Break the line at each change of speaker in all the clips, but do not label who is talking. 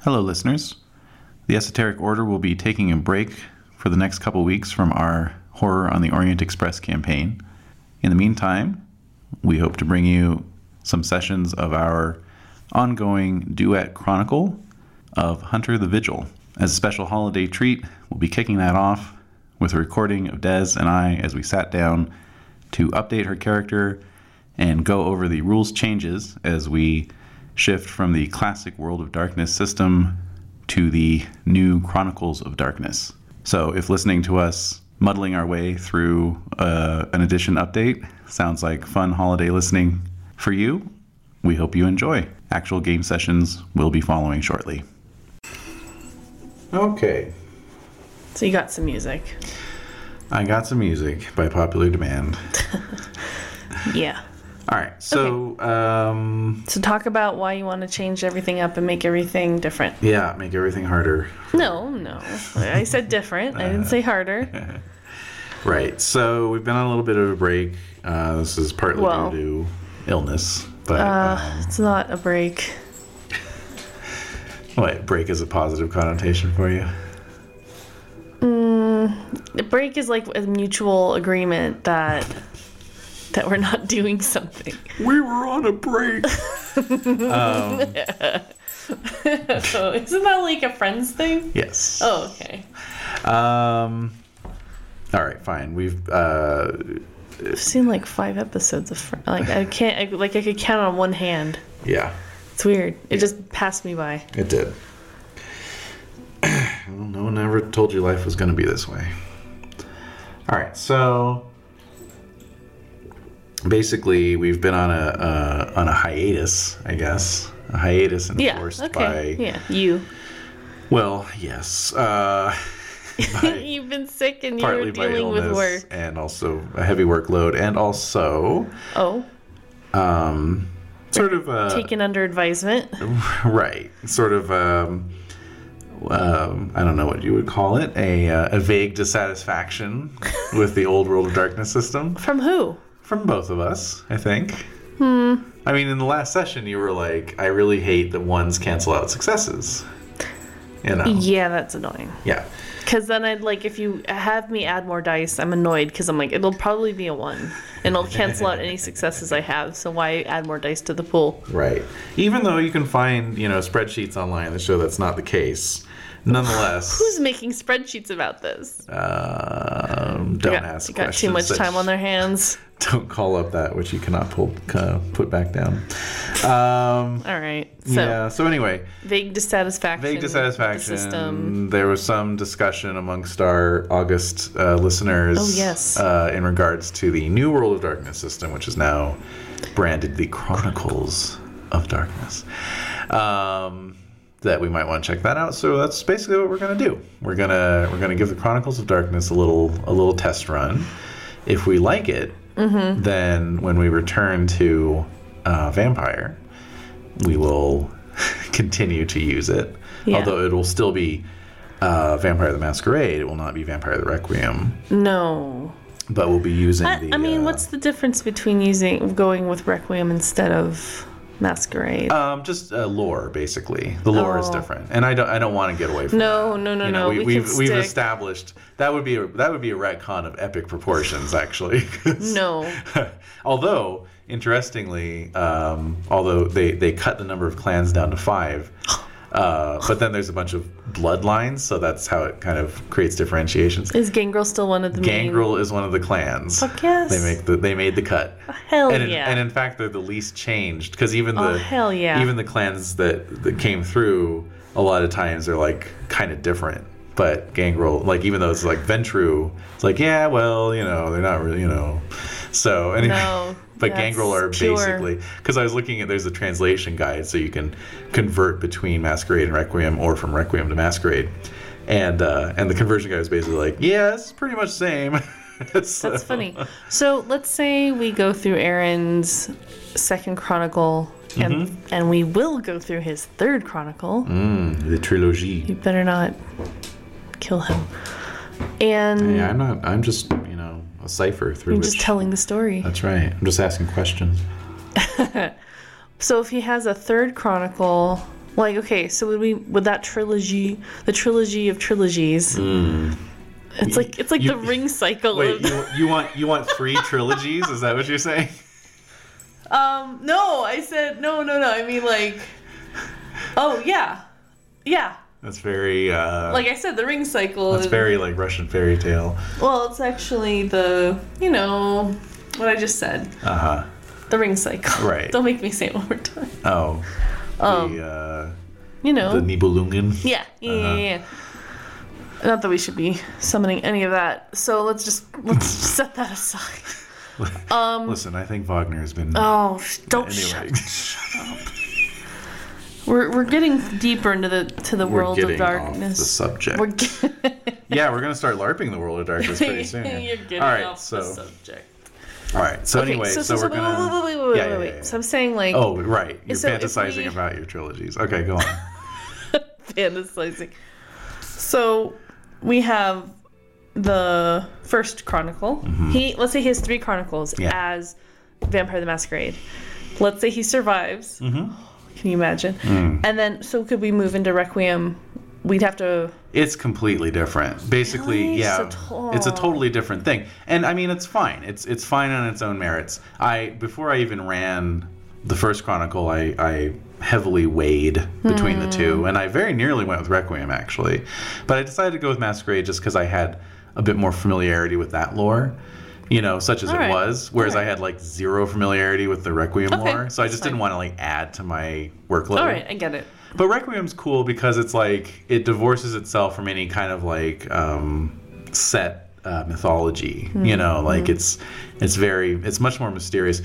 Hello, listeners. The Esoteric Order will be taking a break for the next couple weeks from our Horror on the Orient Express campaign. In the meantime, we hope to bring you some sessions of our ongoing duet chronicle of Hunter the Vigil. As a special holiday treat, we'll be kicking that off with a recording of Dez and I as we sat down to update her character and go over the rules changes as we shift from the classic World of Darkness system to the new Chronicles of Darkness. So, if listening to us muddling our way through uh, an edition update sounds like fun holiday listening for you, we hope you enjoy. Actual game sessions will be following shortly. Okay,
So you got some music.
I got some music by popular demand.
Yeah.
All right, so um,
So talk about why you want to change everything up and make everything different.
yeah, make everything harder.
No, no. I said different. I didn't say harder.
Right. So we've been on a little bit of a break. Uh, this is partly
Well-
due to illness, but
Uh, it's not a
uh,
break.
what break is a positive connotation for you?
A break is like a mutual agreement that that we're not doing something.
We were on a break.
Oh, isn't that like a friends thing?
yes.
Oh, okay.
Um. All right. Fine. We've. Uh,
I've seen like five episodes of Friends. Like I can't. I, like I could count on one hand.
yeah.
It's weird. It just passed me by.
It did. well, no one ever told you life was going to be this way. All right, so basically, we've been on a uh, on a hiatus, I guess, a hiatus
Yeah.
enforced
okay.
by
Yeah. You.
well, yes, uh, by,
You've been sick and
partly
you're
by
dealing with
illness
work.
and also a heavy workload, and also
Oh,
um, sort of uh,
taken under advisement.
Right. Sort of, um, um, I don't know what you would call it, a, uh, a vague dissatisfaction with the old World of Darkness system
From who?
from both of us, I think. Hmm. I mean, in the last session, you were like, I really hate that ones cancel out successes. You know?
Yeah, that's annoying.
Yeah.
Because then I'd like, if you have me add more dice, I'm annoyed because I'm like, it'll probably be a one and it'll cancel out any successes I have. So why add more dice to the pool?
Right. Even though you can find, you know, spreadsheets online that show that's not the case, nonetheless,
Who's making spreadsheets about this?
um, don't
They got,
ask
they got too
questions
much
that
time on their hands.
don't call up that which you cannot pull uh, put back down. Um,
All right. So
yeah. So anyway,
vague dissatisfaction.
vague
with the
dissatisfaction.
system.
There was some discussion amongst our August uh, listeners.
Oh, yes.
Uh, in regards to the new World of Darkness system, which is now branded the Chronicles of Darkness. Um, that we might want to check that out. So that's basically what we're gonna do. We're gonna we're gonna give the Chronicles of Darkness a little a little test run. If we like it,
Mm-hmm.
then when we return to uh, Vampire, we will continue to use it.
Yeah.
Although it will still be uh, Vampire the Masquerade. It will not be Vampire the Requiem,
No.
but we'll be using
I,
the.
I mean,
uh,
what's the difference between using going with Requiem instead of Masquerade?
Um, just uh, lore, basically. The lore is
Oh.
different, and I don't. I don't want to get away from.
No, no, no,
you know,
no.
we,
we
we've
can
we've
stick.
established that would be a, that would be a retcon of epic proportions, actually.
No.
although interestingly, um, although they they cut the number of clans down to five. Uh, but then there's a bunch of bloodlines, so that's how it kind of creates differentiations.
Is Gangrel still one of the main?
Gangrel is one of the clans.
Fuck yes.
They make the they made the cut.
Hell
and in,
Oh, yeah.
and in fact they're the least changed because even the
Oh, hell yeah.
even the clans that that came through a lot of times they're like kind of different. But Gangrel, like even though it's like Ventru, it's like yeah, well you know they're not really you know. So anyway,
No,
but
that's
Gangrel are
pure.
basically because I was looking at there's a translation guide so you can convert between Masquerade and Requiem or from Requiem to Masquerade, and uh, and the conversion guide was basically like yeah, it's pretty much same. So-
That's funny. So let's say we go through Aaron's second chronicle, and
Mm-hmm.
and we will go through his third chronicle.
The trilogy.
You better not kill him. And
Yeah, I'm not. I'm just you know a cipher through
I'm
which.
just telling the story.
that's right. I'm just asking questions.
So if he has a third chronicle, Like, okay, so would we would that trilogy, the trilogy of trilogies? It's like it's like
Hmm. You-
the ring cycle.
Wait,
of,
you, you want you want three trilogies? Is that what you're saying?
um, no, I said no, no, no. I mean like, oh yeah, yeah.
That's very uh,
Like I said, the ring cycle.
that's
is-
very like Russian fairy tale.
Well, it's actually the you know what I just said,
Uh huh.
the ring cycle.
Right.
Don't make me say it one more time.
Oh,
Um,
the uh,
You know.
the Uh-huh. Nibelungen.
Yeah, yeah, yeah, yeah. Not that we should be summoning any of that. So let's just let's set that aside.
Listen, I think Wagner has been
Um, Oh, sh- don't
anyway.
shut. We're we're getting deeper into the to the
We're
world
getting
of
off the
darkness.
subject.
We're getting
yeah, we're gonna start larping the world of darkness pretty soon.
you're getting
all right,
off
so
the subject.
all right, so
Okay,
anyway, so, we're
wait,
gonna.
wait, wait, wait, wait,
yeah, yeah,
wait, wait.
yeah, yeah.
So I'm saying like
Oh, right. You're
So if
fantasizing
we-
about your trilogies. Okay, go on.
fantasizing. So we have the first chronicle. He let's say he has three chronicles
Mm-hmm. Yeah.
as Vampire the Masquerade. Let's say he survives.
Mm-hmm.
Can you imagine?
Mm.
And then so could we move into Requiem? We'd have to
it's completely different. Basically,
Really?
yeah,
So to-
it's a totally different thing. And I mean, it's fine. It's it's fine on its own merits. I before I even ran the first Chronicle, I I heavily weighed between the
Hmm.
two, and I very nearly went with Requiem actually, but I decided to go with Masquerade just because I had a bit more familiarity with that lore. You know, such as it
right.
was, whereas
All right.
I had like zero familiarity with the Requiem
Okay,
lore, so I
that's
just
fine.
didn't want to like add to my workload.
All right, I get it.
But Requiem's cool because it's like it divorces itself from any kind of like um, set uh, mythology. You know, like it's it's very it's much more mysterious.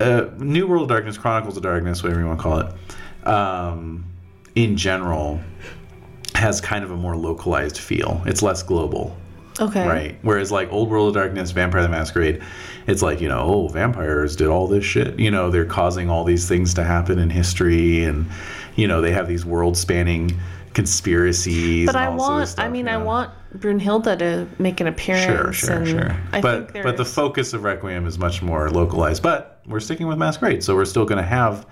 Uh, New World of Darkness, Chronicles of Darkness, whatever you want to call it, um, in general, has kind of a more localized feel. It's less global.
Okay.
Right. Whereas like Old World of Darkness, Vampire the Masquerade, it's like, you know, oh, vampires did all this shit. You know, they're causing all these things to happen in history and you know, they have these world spanning conspiracies.
But
and
I
all this other
want
stuff,
I mean I
yeah.
want Brunhilda to make an appearance.
Sure, sure,
and
sure.
I
but
think
but the
there's-
focus of Requiem is much more localized. But we're sticking with Masquerade, so we're still gonna have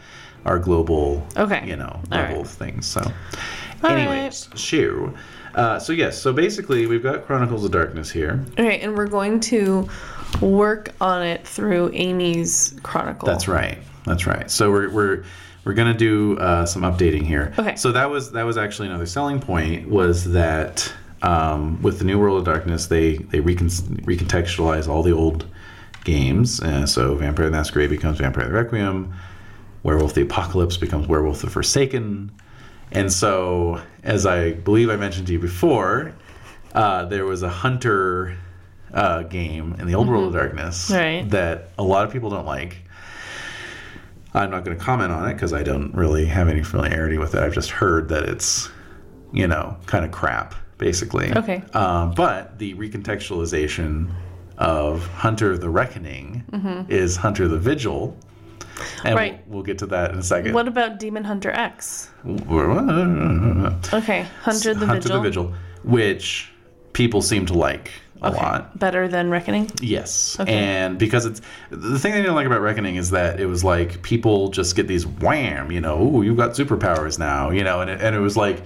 our global
Okay.
you know,
All
level
right.
of things. So
All
anyways, shoe. Uh, so yes, so basically we've got Chronicles of Darkness here.
Okay, and we're going to work on it through Amy's chronicle.
That's right. That's right. So we're we're we're gonna do uh, some updating here.
Okay.
So that was that was actually another selling point was that um, with the new World of Darkness they they recon- recontextualize all the old games. Uh, so Vampire the Masquerade becomes Vampire the Requiem. Werewolf the Apocalypse becomes Werewolf the Forsaken. And so, as I believe I mentioned to you before, uh, there was a hunter uh, game in the old World of Darkness
Right.
that a lot of people don't like. I'm not going to comment on it because I don't really have any familiarity with it. I've just heard that it's, you know, kind of crap, basically.
Okay.
Um, but the recontextualization of Hunter the Reckoning is Hunter the Vigil. And
Mm-hmm. Right.
we'll, we'll get to that in a second.
What about Demon Hunter X?
Hunter
Okay, Hunter the Vigil.
the Vigil, which people seem to like a lot.
Better than Reckoning?
Yes. And because it's the thing they didn't like about Reckoning is that it was like people just get these wham, you know, ooh, you've got superpowers now, you know, and it, and it was like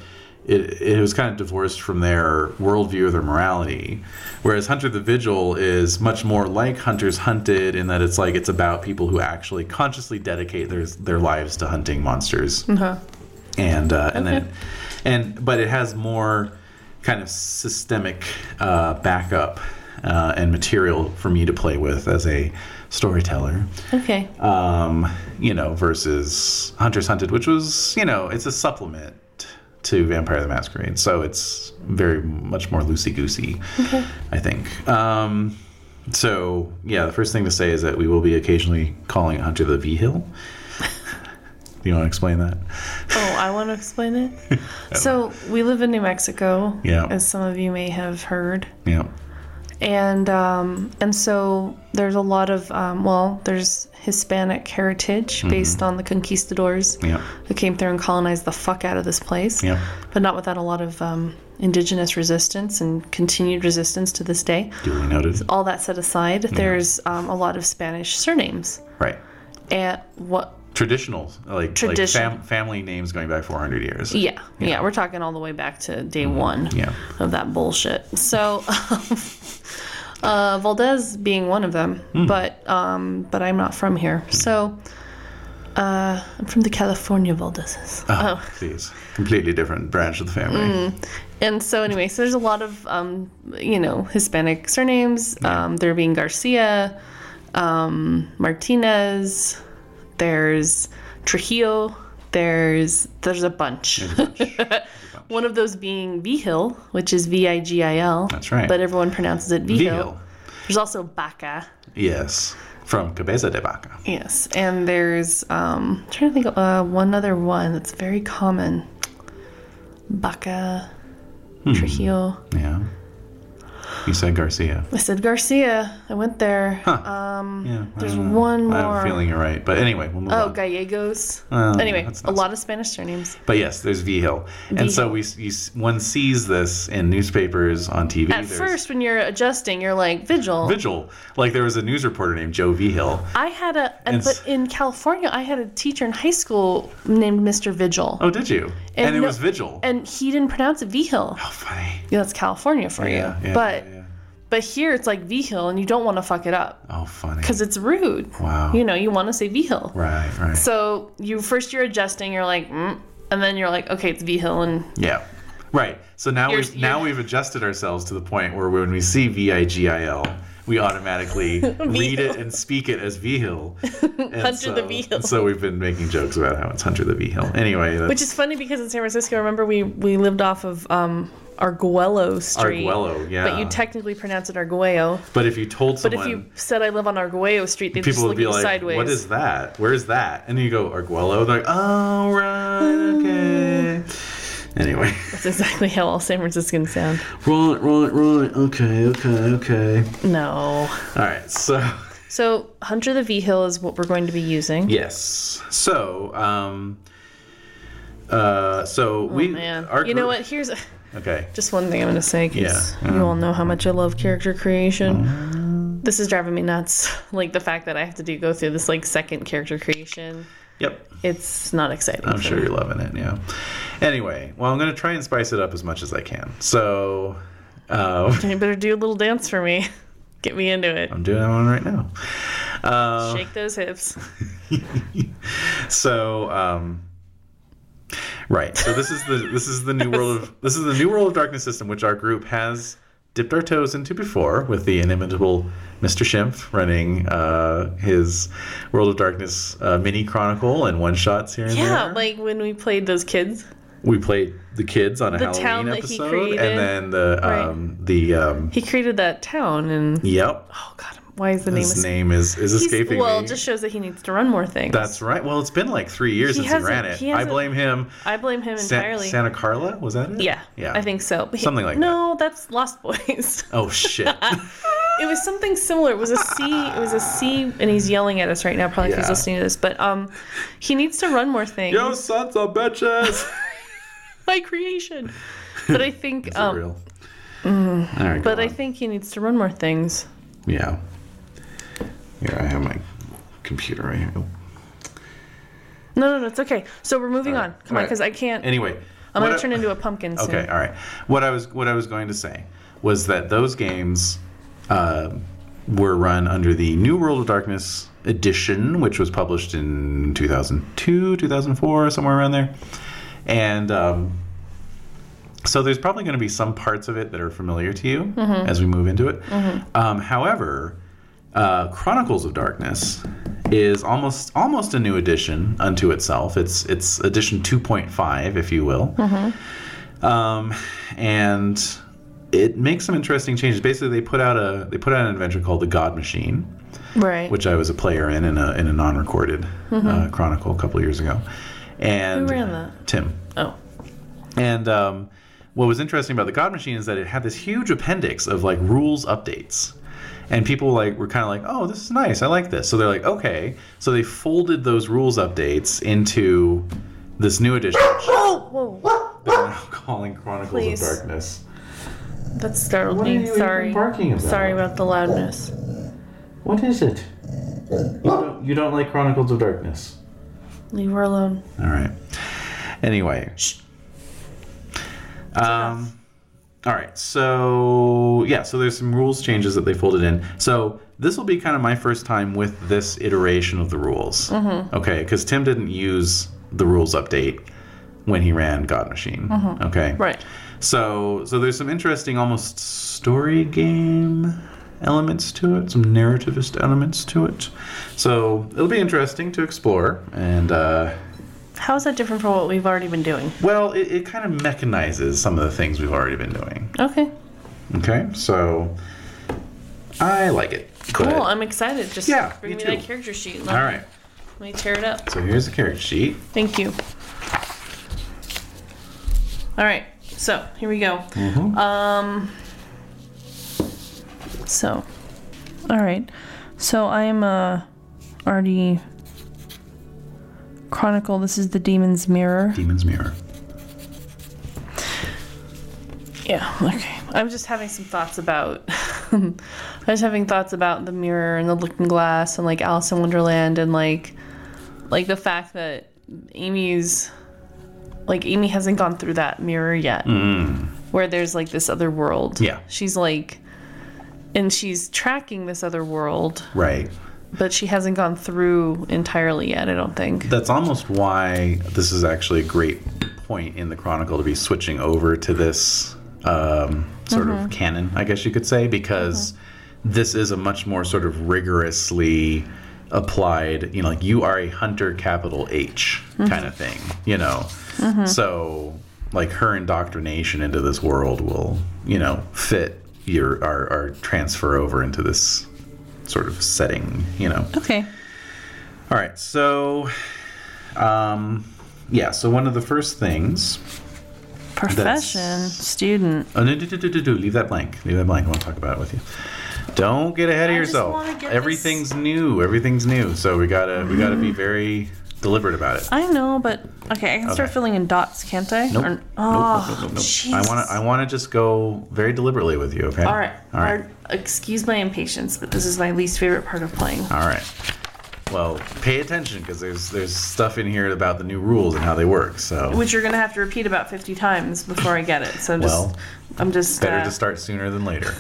it, it was kind of divorced from their worldview or their morality. Whereas Hunter the Vigil is much more like Hunters Hunted in that it's like it's about people who actually consciously dedicate their their lives to hunting monsters
Uh-huh.
and uh, and then and but it has more kind of systemic uh, backup uh, and material for me to play with as a storyteller
Okay.
um, you know versus hunters hunted which was you know it's a supplement to vampire the masquerade so it's very much more loosey goosey i think um, so yeah the first thing to say is that we will be occasionally calling it hunter the v hill you want to explain that
Oh, I want to explain it. so we live in New Mexico,
Yeah.
as some of you may have heard,
yeah
and um, and so there's a lot of um, well, there's Hispanic heritage based on the conquistadors
Mm-hmm. yeah
who came through and colonized the fuck out of this place.
Yeah.
But not without a lot of um, indigenous resistance and continued resistance to this day.
Duly noted.
All that set aside, there's um, a lot of Spanish surnames.
Right.
And what
traditional, like,
Tradition.
like fam- family names going back 400 years.
Yeah, yeah, we're talking all the way back to day one
Mm-hmm. Yeah.
of that bullshit. So, uh, Valdez being one of them,
Hmm.
but um, but I'm not from here, so uh, I'm from the California Valdezes.
Oh, please. Completely different branch of the family.
And so, anyway, so there's a lot of um, you know Hispanic surnames. Um, there being Garcia, um, Martinez. There's Trujillo. There's there's a bunch.
There's a bunch. There's a
Mm.
bunch.
One of those being Vigil, which is V I G I L.
That's right.
But everyone pronounces it Vigil.
Vigil.
There's also Baca.
Yes. From Cabeza de Vaca.
Yes, and there's um, I'm trying to think of uh, one other one that's very common. Baca,
Hmm.
Trujillo.
Yeah. You said Garcia.
I said Garcia. I went there.
Yeah. I
Mm. There's
don't know.
one
I
more.
have a feeling you're right. But anyway, we'll move
Oh,
on.
Gallegos.
Oh,
anyway,
that's
a
not-
lot of Spanish surnames.
But yes, there's V Hill. And so we you, s- one sees this in newspapers, on TV.
At
there's
first, when you're adjusting, you're like Vigil.
Vigil. Like there was a news reporter named Joe V Hill.
I had a,
And s-
but in California, I had a teacher in high school named Mr. Vigil,
Oh, did you? And, it
no-
was Vigil.
and he didn't pronounce it Vigil.
How funny.
Yeah, that's California for you. but
yeah.
but here it's like Vigil, and you don't want to fuck it up
Oh, funny.
because it's rude.
Wow.
You know, you want to say Vigil.
right, right.
So you first you're adjusting, you're like, mm, and then you're like, okay, it's Vigil, and
yeah. Right. So now
You're-
we've now
you're-
we've adjusted ourselves to the point where when we see V I G I L, we automatically read it and speak it as V Hill. Hunter
Hunter the V Hill.
So we've been making jokes about how it's Hunter the V Hill. Anyway, that's
Which is funny because in San Francisco, remember we we lived off of um, Arguello Street.
Arguello, yeah.
But you technically pronounce it Arguello.
but if you told
But
someone
if you said I live on Arguello Street, they'd just
people
look
would be
at you
like,
sideways.
"What is that? Where's that?" And you go, "Arguello." They're like, "Oh, right, okay." Anyway,
That's exactly how all San Franciscans sound.
roll it, roll it, roll it. Okay, okay, okay.
No.
All right, so
So Hunter the V Hill is what we're going to be using.
yes, so um, uh, so we
Oh, Man,
our
you know
group-
what? Here's
Okay,
just one thing I'm going to say because
Yeah. uh-huh.
you all know how much I love character creation. This is driving me nuts. Like the fact that I have to do go through this like second character creation.
yep.
It's not exciting.
I'm
for
sure
me.
you're loving it, yeah. Anyway, well, I'm gonna try and spice it up as much as I can. So, uh,
You better do a little dance for me. Get me into it.
I'm doing one right now. Um,
Shake those hips.
So, um, right. So this is the this is the new world of this is the new world of darkness system, which our group has dipped our toes into before with the inimitable Mr. Schimpf running uh, his World of Darkness uh, mini chronicle and one shots here and
Yeah,
there.
like when we played those kids.
we played the kids on a Halloween
town that he
episode,
created.
and then the um, the um,
He created that town, and
yep.
oh god, why is the name?
His name is is
He's-
escaping
well,
me.
it just shows that he needs to run more things.
That's right. Well, it's been like three years
He
since he ran
hasn't-
it.
he
I
hasn't-
blame him.
I blame him
Sa-
entirely.
Santa Carla was that it?
yeah,
yeah.
I think so. But he-
Something like
no, that's Lost Boys.
Oh shit!
it was something similar. It was a C. It was a C, and he's yelling at us right now, probably if he's
Yeah.
listening to this. But um, he needs to run more things.
Yo, sons of bitches!
My creation. But I think um,
real. All right,
Mm. but
go
I
on.
think he needs to run more things.
yeah. Here I have my computer right here.
No, no, no, it's okay. So we're moving
All
on.
right.
Come
All
on,
right.
because I can't.
Anyway,
I'm
what
gonna
I-
turn into a pumpkin soon.
Okay, all right. What I was what I was going to say was that those games uh, were run under the New World of Darkness edition, which was published in 2002, 2004, somewhere around there. And um, so there's probably going to be some parts of it that are familiar to you as we move into it. Um, however, uh, Chronicles of Darkness is almost almost a new edition unto itself. It's it's edition 2.5, if you will um, and it makes some interesting changes. Basically, they put out a they put out an adventure called the God Machine,
Right.
which I was a player in in a in a non recorded uh, chronicle a couple of years ago. And
Mm-hmm. Who ran that?
Tim.
oh.
And um, what was interesting about the God Machine is that it had this huge appendix of like rules updates. And people like were kind of like, oh, this is nice. I like this. So they're like, okay. So they folded those rules updates into this new edition.
Whoa.
They're now calling Chronicles
Oh, Please.
of Darkness.
That startled
What are
me.
you even
Sorry.
barking about?
Sorry about the loudness.
What is it? You don't, you don't like Chronicles of Darkness.
Leave her alone.
All right. Anyway.
Shh.
Um, all right. So yeah. So there's some rules changes that they folded in. So this will be kind of my first time with this iteration of the rules.
Mm-hmm.
Okay, because Tim didn't use the rules update when he ran God Machine. Okay.
Mm-hmm. Right.
So so there's some interesting almost story game elements to it, some narrativist elements to it. So it'll be interesting to explore and. Uh,
How is that different from what we've already been doing?
well, it, it kind of mechanizes some of the things we've already been doing.
Okay.
Okay, so I like it.
Cool.
but-
I'm excited. Just
Yeah,
bring
me
me,
too.
that character sheet. Let,
all right,
Let me tear it up.
so here's the character sheet.
Thank you. All right. So here we go. Um,
Mm-hmm.
So, all right. So I'm uh, already chronicle. This is the demon's mirror.
Demon's Mirror.
Yeah. Okay. I'm just having some thoughts about. I was having thoughts about the mirror and the looking glass and like Alice in Wonderland and like, like the fact that Amy's, like Amy hasn't gone through that mirror yet, where there's like this other world.
Mm-hmm. Yeah.
She's like, and she's tracking this other world.
Right.
But she hasn't gone through entirely yet, I don't think.
That's almost why this is actually a great point in the Chronicle to be switching over to this um, sort of canon, I guess you could say, because this is a much more sort of rigorously applied, you know, like you are a hunter, capital H kind of thing, you know. So, like her indoctrination into this world will, you know, fit your our, our transfer over into this sort of setting, you know.
Okay.
All right, so, um, yeah, so one of the first things.
Profession,
That's-
student.
Oh, no, do, do, do, do, do, leave that blank. Leave that blank. I want to talk about it with you. Don't get ahead of
I just
yourself.
wanna get
Everything's new. Everything's new. So we gotta we gotta be very deliberate about it.
I know, but okay, I can start
Okay.
filling in dots, can't I?
Nope.
Or-
Nope,
oh,
nope, nope, nope, nope. I
Jesus.
wanna I wanna just go very deliberately with you. Okay.
All right.
All right.
Or- Excuse my impatience, but this is my least favorite part of playing.
All right. Well, pay attention because there's there's stuff in here about the new rules and how they work. So
Which you're gonna have to repeat about 50 times before I get it. So I'm just,
Well,
I'm just.
better
uh,
to start sooner than later.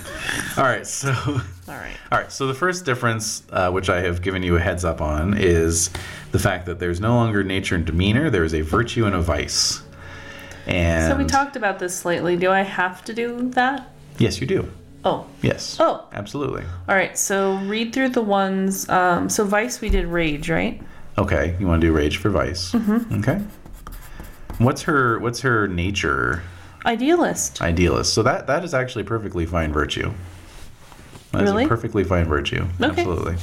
All right. So.
All right.
All right, so the first difference, uh, which I have given you a heads up on, is the fact that there's no longer nature and demeanor, there is a virtue and a vice. And
So we talked about this slightly. Do I have to do that?
Yes, you do.
Oh.
Yes.
Oh.
Absolutely.
All right. So read through the ones. Um, so Vice, we did Rage, right?
Okay, you want to do rage for vice. Mm-hmm. Okay. What's her what's her nature
Idealist.
idealist? So that that is actually perfectly fine virtue. That is
Really?
a perfectly fine virtue.
Okay.
Absolutely.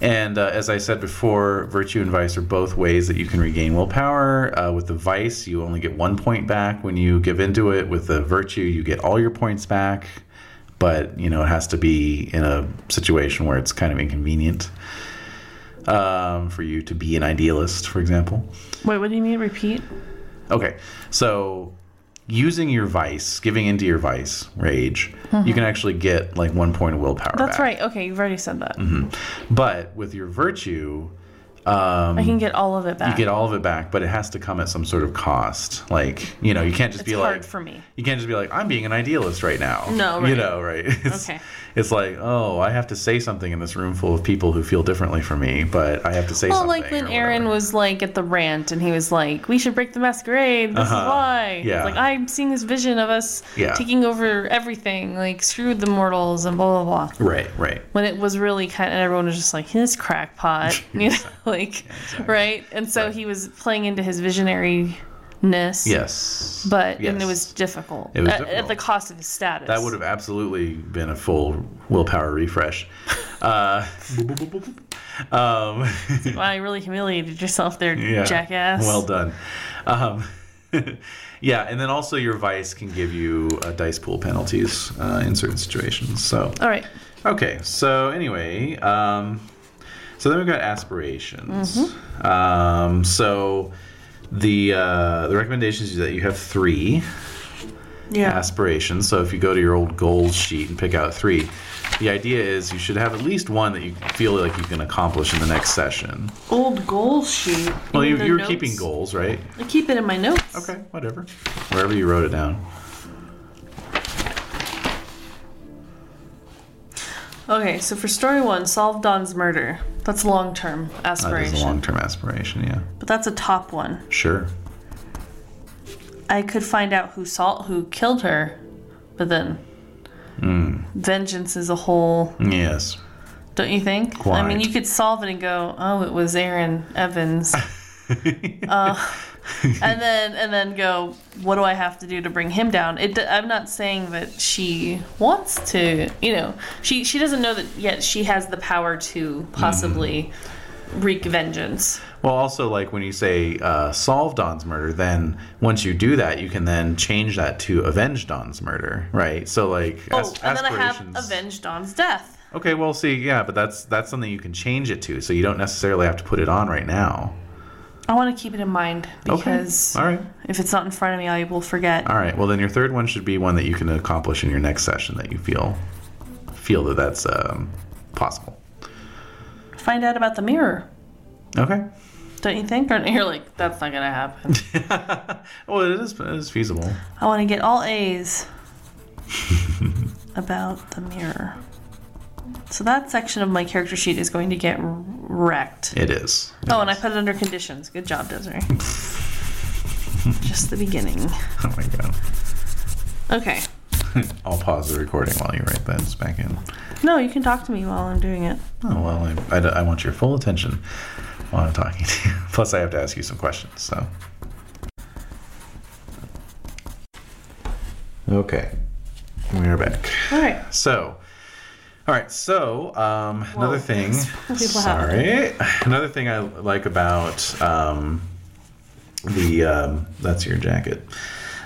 And uh, as I said before, virtue and vice are both ways that you can regain willpower. Uh, with the vice, you only get one point back when you give into it. With the virtue, you get all your points back, but you know it has to be in a situation where it's kind of inconvenient um, for you to be an idealist, for example.
Wait, what do you mean? Repeat.
Okay, so using your vice, giving into your vice, rage, you can actually get like one point of willpower.
Mm-hmm. That's
back.
right. Okay, you've already said that.
Mm-hmm. But with your virtue,
I can get all of it back.
you get all of it back, but it has to come at some sort of cost. Like you know, you can't just
it's
be
hard
like
for me.
you can't just be like I'm being an idealist right now.
No,
you
right.
know, right? It's,
Okay.
It's like oh, I have to say something in this room full of people who feel differently from me, but I have to say
Well,
something.
like when
or
Aaron
whatever.
was like at the rant and he was like, "We should break the masquerade. This
Uh-huh.
is why."
Yeah.
It's like I'm seeing this vision of us
Yeah.
taking over everything, like screw the mortals and blah blah blah.
right, right.
When it was really kind of everyone was just like, "His crackpot," you know, like right. And so he was playing into his visionariness.
Yes,
But and it
Yes.
was difficult,
It was
at, at
difficult.
the cost of his status.
That would have absolutely been a full willpower refresh. Uh, boop, boop, boop, boop, boop. um,
Wow, you really humiliated yourself there, jackass.
Well done. Um, yeah, and then also your vice can give you uh, dice pool penalties uh, in certain situations. So
All right.
okay, so anyway, um, so then we've got aspirations. Um, so the uh, the recommendations is that you have three
Yeah.
aspirations. So if you go to your old goals sheet and pick out three, the idea is you should have at least one that you feel like you can accomplish in the next session.
Old goal sheet.
Well,
In
you,
the
you were
notes.
keeping goals, right?
I keep it in my notes.
Okay, whatever. Wherever you wrote it down.
Okay, so for story one, solve Don's murder. That's long term
That
aspiration.
is a long term aspiration, yeah.
but that's a top one.
Sure.
I could find out who salt who killed her, but then
Hmm.
vengeance is a whole
Yes.
don't you think? I mean
Quite.
you could solve it and go, Oh, it was Aaron Evans. uh, and then and then go, what do I have to do to bring him down? It, d- I'm not saying that she wants to, you know, she she doesn't know that yet she has the power to
Mm-hmm.
possibly wreak vengeance.
Well, also, like when you say uh, solve Don's murder, then once you do that, you can then change that to avenge Don's murder, right? So, like,
Oh,
as-
and then I have
aspirations-
avenged Don's death.
Okay, well, see, yeah, but that's that's something you can change it to, so you don't necessarily have to put it on right now.
I want to keep it in mind because
okay. all right,
if it's not in front of me, I will forget.
all right. Well, then your third one should be one that you can accomplish in your next session that you feel feel that that's um, possible.
Find out about the mirror,
Okay.
don't you think? Or you're like, that's not gonna happen.
Well, it is, it is feasible.
I want to get all A's about the mirror. So that section of my character sheet is going to get r- wrecked.
It is.
Oh, and I put it under conditions. Good job, Desiree. Just the beginning.
Oh my god.
Okay.
I'll pause the recording while you write that back in.
No, you can talk to me while I'm doing it.
Oh, well, I, I, I want your full attention while I'm talking to you. Plus, I have to ask you some questions, so. Okay. We are back.
All right.
So, all right. So, um, another thing.
that's really loud.
Sorry. Another thing I like about um, the. Um, that's your jacket.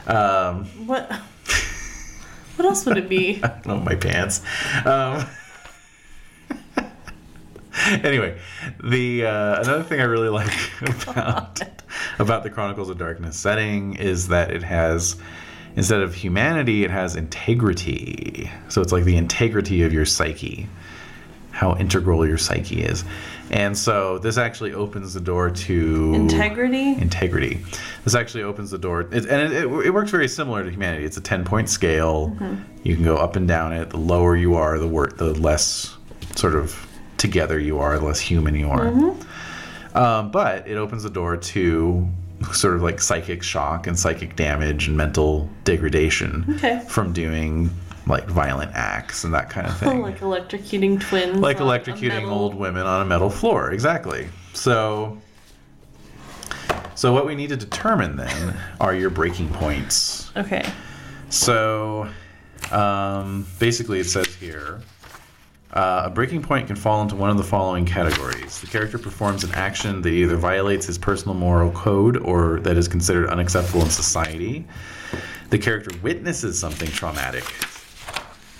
Um,
What? What else would it be?
Oh, my pants. Um, anyway, the uh, another thing I really like about about the Chronicles of Darkness setting is that it has instead of humanity, it has integrity. So it's like the integrity of your psyche, how integral your psyche is, and so this actually opens the door to
Integrity.
integrity. This actually opens the door, it, and it, it, it works very similar to humanity. It's a ten-point scale. You can go up and down it. The lower you are, the wor- the less sort of together you are, the less human you are. Um, but it opens the door to sort of like psychic shock and psychic damage and mental degradation
Okay.
from doing like violent acts and that kind of thing
Like electrocuting twins.
like
on a
electrocuting
metal-
old women on a metal floor exactly so so what we need to determine then are your breaking points
Okay.
so um, basically it says here uh, a breaking point can fall into one of the following categories the character performs an action that either violates his personal moral code or that is considered unacceptable in society the character witnesses something traumatic,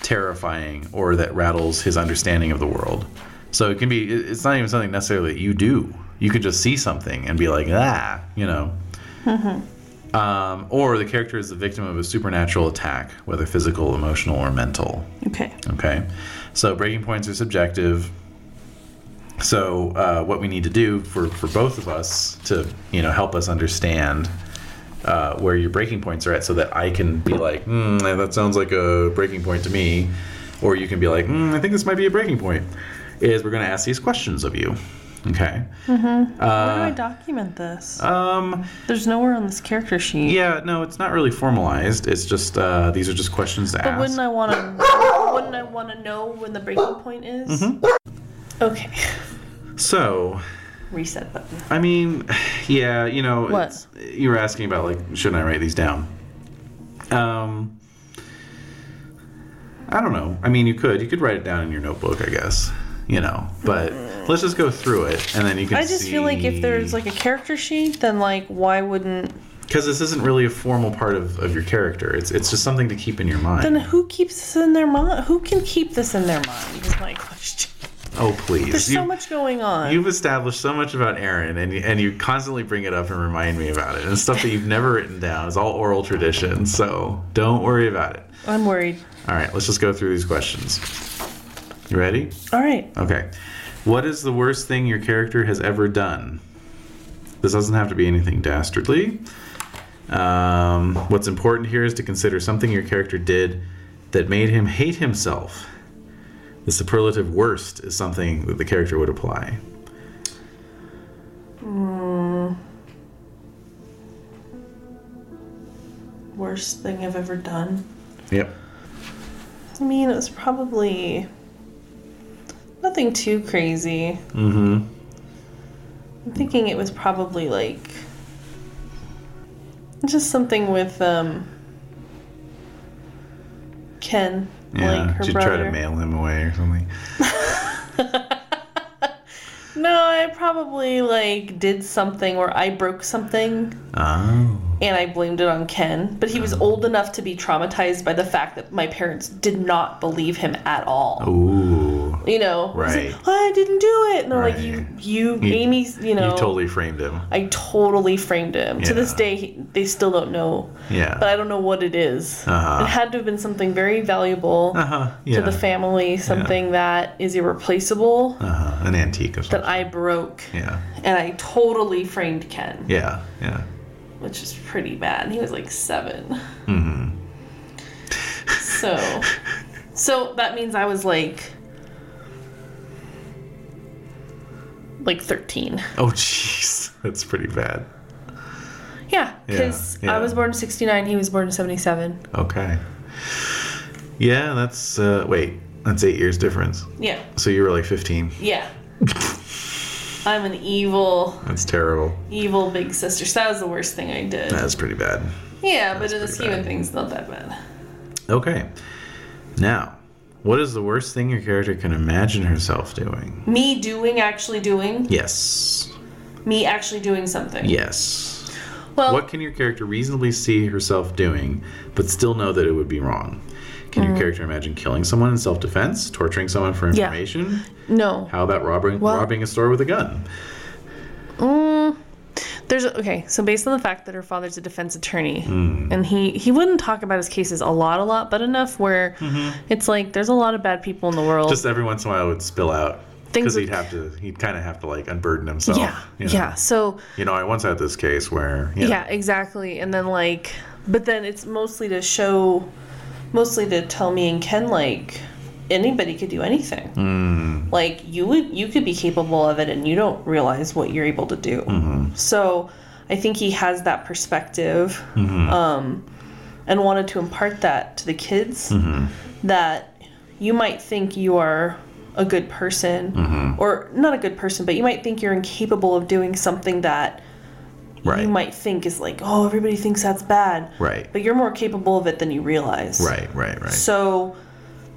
terrifying, or that rattles his understanding of the world. So it can be, it- it's not even something necessarily that you do. You could just see something and be like, ah, you know. Um, or the character is the victim of a supernatural attack, whether physical, emotional, or mental.
Okay.
Okay. So breaking points are subjective. So uh, what we need to do for, for both of us to you know help us understand uh, where your breaking points are at, so that I can be like, hmm, that sounds like a breaking point to me, or you can be like, hmm, I think this might be a breaking point. Is we're going to ask these questions of you. Okay.
How do
Uh,
I document this?
Um.
There's nowhere on this character sheet.
Yeah. No, it's not really formalized. It's just uh, these are just questions to
But
ask.
wouldn't I want to? Wouldn't I want to know when the breaking point is?
Mm-hmm.
Okay.
so
Reset button.
I mean, yeah, you know,
What?
it's- you were asking about like, shouldn't I write these down? Um, I don't know. I mean, you could you could write it down in your notebook, I guess. You know, but let's just go through it, and then you can.
I just feel like if there's like a character sheet, then like why wouldn't?
because this isn't really a formal part of, of your character. It's it's just something to keep in your mind.
Then who keeps this in their mind? Who can keep this in their mind? Is my question.
oh please!
There's
You-
so much going on.
You've established so much about Aaron, and and you constantly bring it up and remind me about it, and stuff that you've never written down. It's all oral tradition, so don't worry about it.
I'm worried.
All right, let's just go through these questions. You ready?
All right.
Okay. What is the worst thing your character has ever done? This doesn't have to be anything dastardly. Um, what's important here is to consider something your character did that made him hate himself. The superlative worst is something that the character would apply.
Worst thing I've ever done.
Yep.
I mean, it was probably nothing too crazy.
Mm-hmm.
I'm thinking it was probably like just something with um Ken,
Yeah.
like her
She'd
brother.
try to mail him away or something.
no, I probably like did something where I broke something
Oh.
and I blamed it on Ken, but he
Mm-hmm.
was old enough to be traumatized by the fact that my parents did not believe him at all.
Ooh.
You know, He was
Right.
like, I didn't do it, and they're like,
Right.
you, you,
You-
Amy, you
You
know,
totally framed him.
I totally framed him. To this
Yeah.
day, he, they still don't know,
Yeah.
but I don't know what it is.
Uh-huh.
It had to have been something very valuable
Uh huh. Yeah.
to the family, something that is irreplaceable
uh-huh. An antique of
that
something.
I broke,
Yeah.
and I totally framed Ken,
Yeah. Yeah.
which is pretty bad. He was like seven,
Mm-hmm.
so, so that means I was like, like thirteen.
Oh, jeez. That's pretty bad.
Yeah,
Yeah,
because
yeah.
I was born in '69, he was born in '77.
Okay. Yeah, that's uh wait, that's eight years difference.
Yeah,
So you were like fifteen.
yeah. I'm an evil,
That's terrible.
evil big sister. So that was the worst thing I did.
That's pretty bad.
yeah, but in the
pretty
scheme
bad.
of things, not that bad.
Okay. Now, what is the worst thing your character can imagine herself doing?
Me doing, actually doing,
Yes.
me actually doing something.
Yes.
Well,
What can your character reasonably see herself doing, but still know that it would be wrong? Can your character imagine killing someone in self defense, torturing someone for
Mm. Yeah.
information?
no.
How about robbing
Well-
robbing a store with a gun?
Mm, there's a, okay. So based on the fact that her father's a defense attorney,
Hmm.
and he he wouldn't talk about his cases a lot, a lot, but enough where it's like there's a lot of bad people in the world.
Mm-hmm. Just every once in a while, it would spill out
Oh.
because
Things would-
he'd have to, he'd kind of have to like unburden himself.
yeah,
you know?
yeah. So
You know, I once had this case where you know,
yeah. exactly and then like but then it's mostly to show mostly to tell me and ken like anybody could do anything like you would you could be capable of it and you don't realize what you're able to do so i think he has that perspective um, and wanted to impart that to the kids that you might think you are a good person or not a good person but you might think you're incapable of doing something that
right,
you might think is like, oh, everybody thinks that's bad.
Right.
But you're more capable of it than you realize.
right, right, right.
So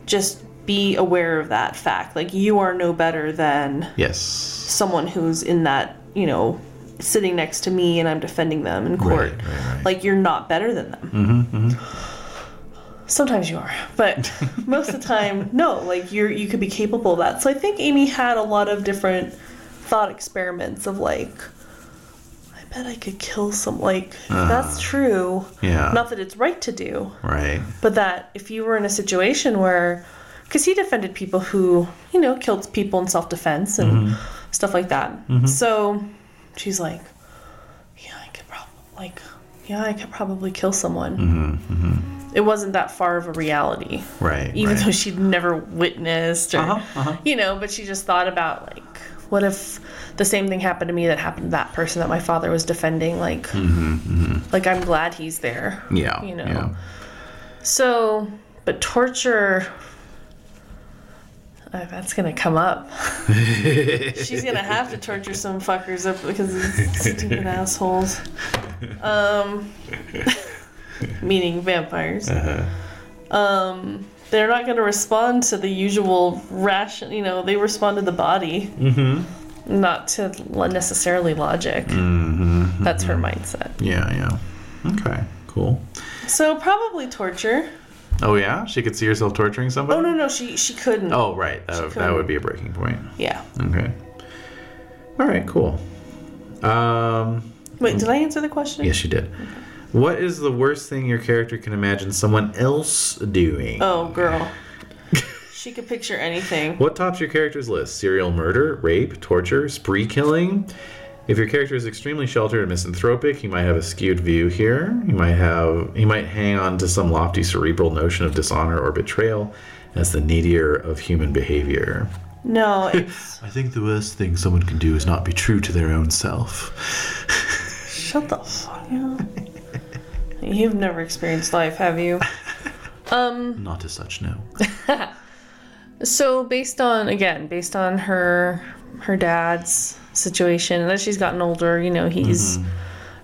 just be aware of that fact. Like, you are no better than
yes,
someone who's in that, you know, sitting next to me and I'm defending them in
right,
court.
right, right.
Like, you're not better than them. Mm-hmm,
mm-hmm.
Sometimes you are, but most of the time, no. Like you're, you could be capable of that. So I think Amy had a lot of different thought experiments of like, I bet I could kill some. Like if that's true.
Uh, yeah,
Not that it's right to do,
right,
but that if you were in a situation where, because he defended people who, you know, killed people in self defense and
Mm-hmm.
stuff like that. So she's like, yeah, I could probably, like, yeah, I could probably kill someone.
Mm-hmm.
It wasn't that far of a reality,
right,
even
right.
though she'd never witnessed or,
Uh-huh, uh-huh.
you know, but she just thought about, like, what if the same thing happened to me that happened to that person that my father was defending? Like, like I'm glad he's there.
Mm-hmm. yeah,
you know.
yeah.
So, but torture. Uh, that's gonna come up. She's gonna have to torture some fuckers up because of stupid assholes. Um, meaning vampires. Um, they're not gonna respond to the usual ration. You know, they respond to the body, mm-hmm. not to lo- necessarily logic. That's her mindset.
yeah, yeah. Okay, cool.
So probably torture.
Oh yeah, she could see herself torturing somebody.
Oh no, no, she she couldn't.
Oh right, that, that
couldn't.
would be a breaking point.
Yeah.
Okay. All right, cool. Um,
Wait, did I answer the question?
yes, you did. What is the worst thing your character can imagine someone else doing?
Oh, girl. Oh, She could picture anything.
What tops your character's list? Serial murder, rape, torture, spree killing? If your character is extremely sheltered and misanthropic, you might have a skewed view here. You might have you might hang on to some lofty cerebral notion of dishonor or betrayal as the nadir of human behavior.
No, it's
I think the worst thing someone can do is not be true to their own self.
shut the fuck up. You've never experienced life, have you?
Not as such, no.
So based on again, based on her her dad's situation, and as she's gotten older, you know, he's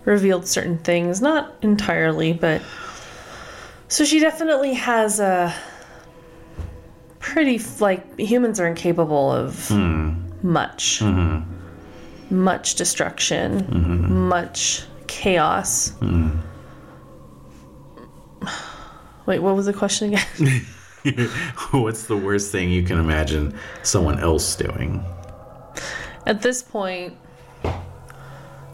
revealed certain things, not entirely, but so she definitely has a pretty f- like humans are incapable of much. Much destruction, much chaos. Wait, what was the question again?
What's the worst thing you can imagine someone else doing?
At this point,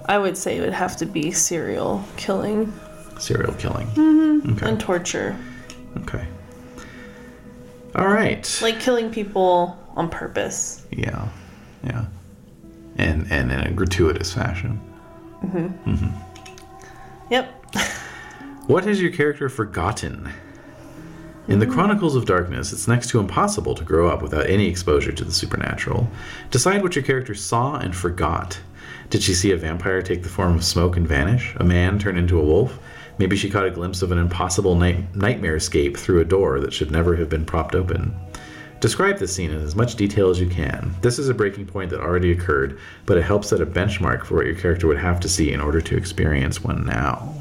I would say it would have to be serial killing
Serial killing.
and torture.
Okay. All right.
Like killing people on purpose.
Yeah, yeah, and and in a gratuitous fashion.
Yep.
What has your character forgotten? In the Chronicles of Darkness, it's next to impossible to grow up without any exposure to the supernatural. Decide what your character saw and forgot. Did she see a vampire take the form of smoke and vanish? A man turn into a wolf? Maybe she caught a glimpse of an impossible night- nightmare escape through a door that should never have been propped open. Describe this scene in as much detail as you can. This is a breaking point that already occurred, but it helps set a benchmark for what your character would have to see in order to experience one now.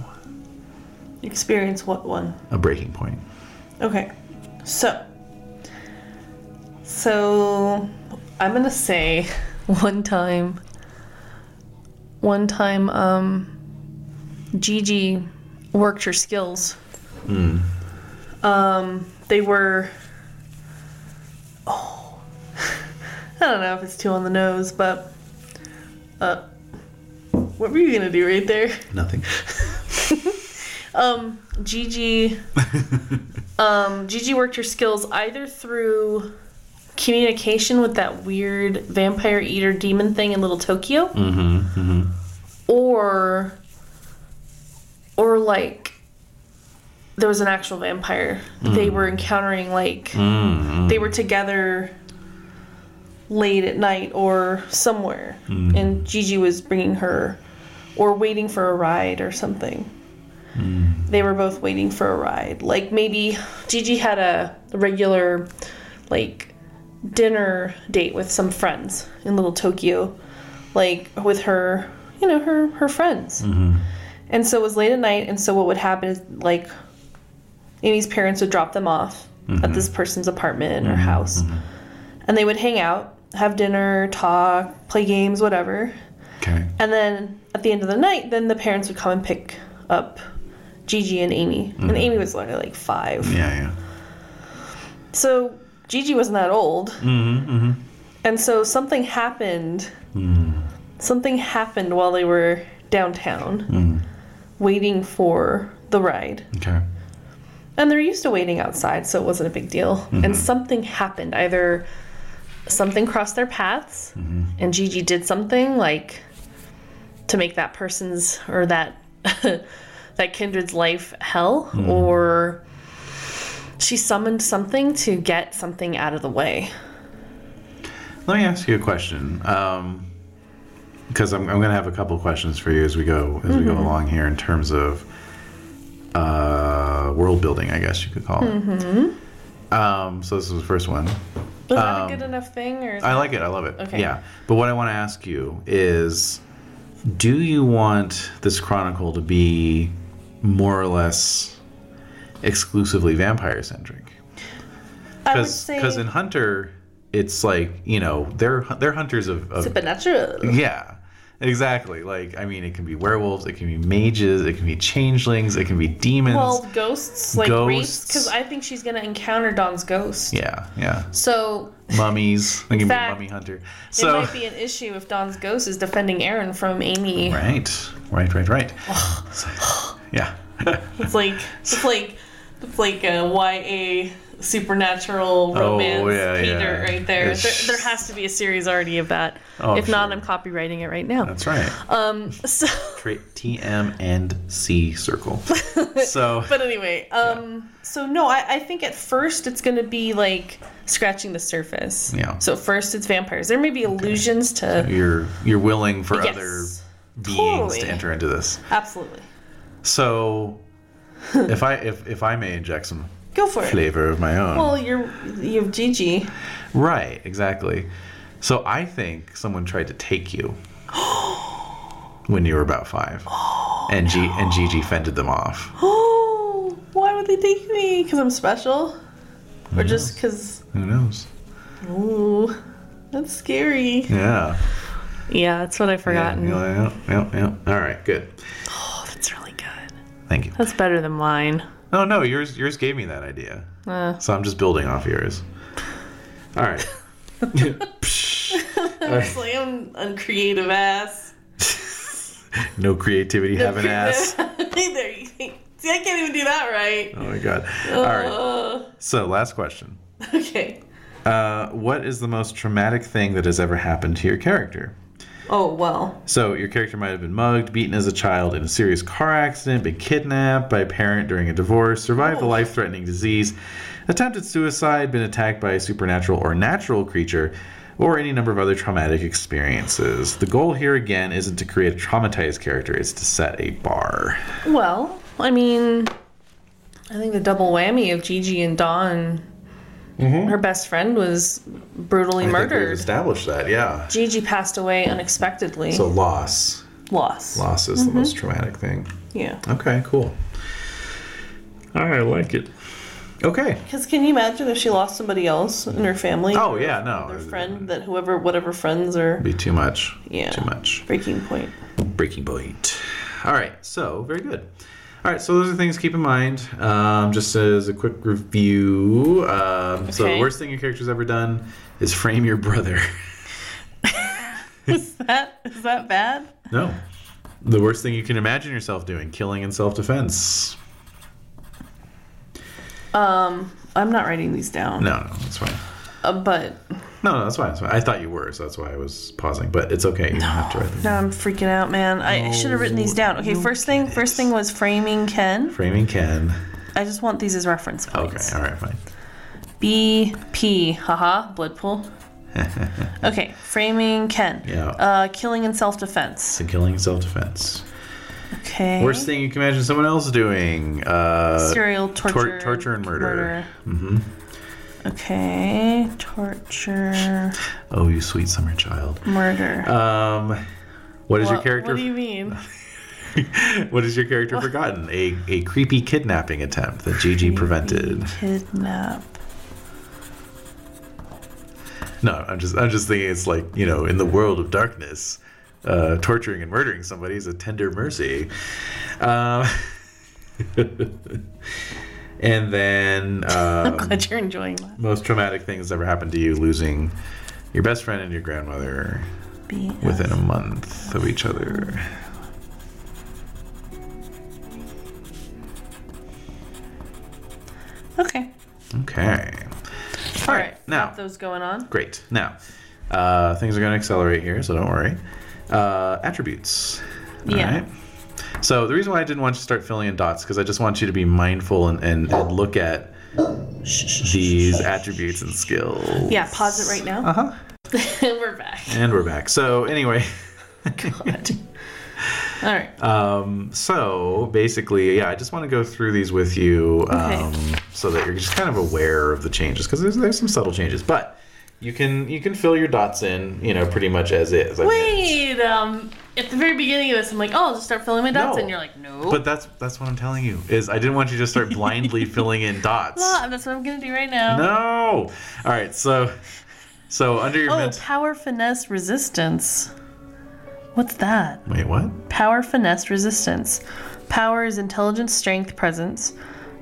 Experience what one?
A breaking point.
Okay. So. So. I'm gonna say.
one time one time um Gigi worked her skills. Um
they were oh i don't know if it's too on the nose but uh what were you gonna do right there
Nothing.
um gigi um gigi worked her skills either through communication with that weird vampire eater demon thing in little tokyo or or like there was an actual vampire that they were encountering like they were together late at night or somewhere and Gigi was bringing her or waiting for a ride or something they were both waiting for a ride like maybe Gigi had a regular like dinner date with some friends in little Tokyo like with her you know her her friends and so it was late at night and so what would happen is like Amy's parents would drop them off at this person's apartment or house. And they would hang out, have dinner, talk, play games, whatever.
Okay.
And then at the end of the night, then the parents would come and pick up Gigi and Amy. And Amy was only like five.
Yeah,
So Gigi wasn't that old. Mm-hmm, Mm. And so something happened. Something happened while they were downtown waiting for the ride.
yeah. Okay.
And they're used to waiting outside, so it wasn't a big deal.
Mm-hmm.
And something happened. Either something crossed their paths,
Mm-hmm.
and Gigi did something like to make that person's or that that kindred's life hell,
Mm-hmm.
or she summoned something to get something out of the way.
Let me ask you a question. Because I'm, I'm going to have a couple questions for you as we go as we go along here in terms of uh, world building, I guess you could call it. Um, so this is the first one.
Was that a good enough thing? Or
Um, I like it. I love it.
Okay.
Yeah. But what I want to ask you is do you want this chronicle to be more or less exclusively vampire centric?
I would
Because
say
in Hunter, it's like, you know, they're they're hunters of, of
supernatural.
yeah, exactly. Like, I mean, it can be werewolves, it can be mages, it can be changelings, it can be demons.
Well, ghosts like wreaths,
Ghosts.
because I think she's gonna encounter Dawn's ghost.
yeah, yeah.
So
Mummies. They can be a
fact,
mummy hunter.
it
So
might be an issue if Dawn's ghost is defending Aaron from Amy.
right, right, right, right. So- yeah.
It's like it's like it's like a YA supernatural romance
Oh, yeah,
Peter
yeah.
right there. there.
It's-
There has to be a series already of that.
Oh,
if not,
sure.
I'm copywriting it right now. Um,
That's right.
Uh, So,
Tra- TM and C circle. So
but anyway, um, so no, I, I think at first it's going to be like scratching the surface.
Yeah.
So at first it's vampires. There may be allusions to
you're you're willing for
Yes.
other beings
Totally.
to enter into this.
absolutely
So if I if, if I may inject some
go for it.
flavor of my own.
Well, you're you have Gigi.
right, exactly. So I think someone tried to take you when you were about five. and G and Gigi fended them off.
Oh, why would they take me? Because I'm special, or just because?
Who knows?
Ooh, that's scary.
Yeah.
Yeah, that's what I
Yeah,
forgotten.
yeah, yeah, yeah. All right, good.
Oh, that's really good.
Thank you.
That's better than mine.
No, no, yours yours gave me that idea.
Uh.
So I'm just building off yours. All right.
Slam uncreative ass.
No creativity, have an ass.
there you See, I can't even do that right.
Oh my god. All right. So, last question.
Okay.
Uh, what is the most traumatic thing that has ever happened to your character?
Oh well.
So, your character might have been mugged, beaten as a child in a serious car accident, been kidnapped by a parent during a divorce, survived a life threatening disease, attempted suicide, been attacked by a supernatural or natural creature, or any number of other traumatic experiences. The goal here, again, isn't to create a traumatized character, it's to set a bar.
Well, I mean, I think the double whammy of Gigi and Dawn.
Mm-hmm.
Her best friend was brutally murdered.
established that, yeah.
Gigi passed away unexpectedly.
So, loss.
loss.
Loss is the most traumatic thing.
Yeah.
Okay, cool. I like it. Okay.
Because can you imagine if she lost somebody else in her family?
Oh yeah, no.
Her friend that whoever, whatever friends are.
Be too much.
Yeah.
Too much.
Breaking point.
Breaking point. All right. So very good. All right. So those are things to keep in mind. Um, just as a quick review. Um, So the
Okay.
worst thing your character's ever done is frame your brother.
Is that is that bad?
no. The worst thing you can imagine yourself doing: killing in self-defense.
Um, I'm not writing these down.
No, no, that's fine.
Uh, but
No, no, that's fine. That's fine. I thought you were, so that's why I was pausing. But it's okay. You don't have to write them.
now I'm freaking out, man. I should have written these down. Okay, first thing, first thing was framing Ken.
Framing Ken.
I just want these as reference
Okay.
points.
All right. Fine.
B P. Haha. Blood pool. okay, framing Ken.
Yeah.
Uh, killing in self-defense.
To killing self-defense.
Okay.
Worst thing you can imagine someone else doing. Uh,
Serial torture.
torture and murder.
Mm-hmm. Okay. Torture.
oh, you sweet summer child.
Murder.
Um, what is your
What-
character?
What do you mean?
what is your character forgotten? A a creepy kidnapping attempt that Gigi prevented.
Kidnap.
No, I'm just I'm just thinking it's like you know in the world of darkness, uh, torturing and murdering somebody is a tender mercy. Um, and then uh,
Glad you're enjoying that.
most traumatic thing that's ever happened to you: losing your best friend and your grandmother.
B.
within a month of each other.
Okay.
Okay.
All right.
now-
Got those going on.
Great. Now, uh, things are going to accelerate here, so don't worry. Uh, attributes.
Yeah.
So the reason why I didn't want you to start filling in dots because I just want you to be mindful and, and, and look at these attributes and skills.
Yeah. Pause it right now.
Uh huh.
And we're back.
And we're back. So anyway.
All right.
Um, so basically, yeah, I just want to go through these with you um, so that you're just kind of aware of the changes because there's, there's some subtle changes, but you can you can fill your dots in, you know, pretty much as is. I mean,
Wait. Um. At the very beginning of this, I'm like, oh, I'll just start filling my dots,
No.
and you're like, no.
But that's that's what I'm telling you is I didn't want you to start blindly filling in dots.
Ah, that's what I'm gonna do right now.
No. All right. So so under your
Oh,
ment-
power, finesse, resistance. What's that?
wait what?
Power, finesse, resistance. Power is intelligence, strength, presence.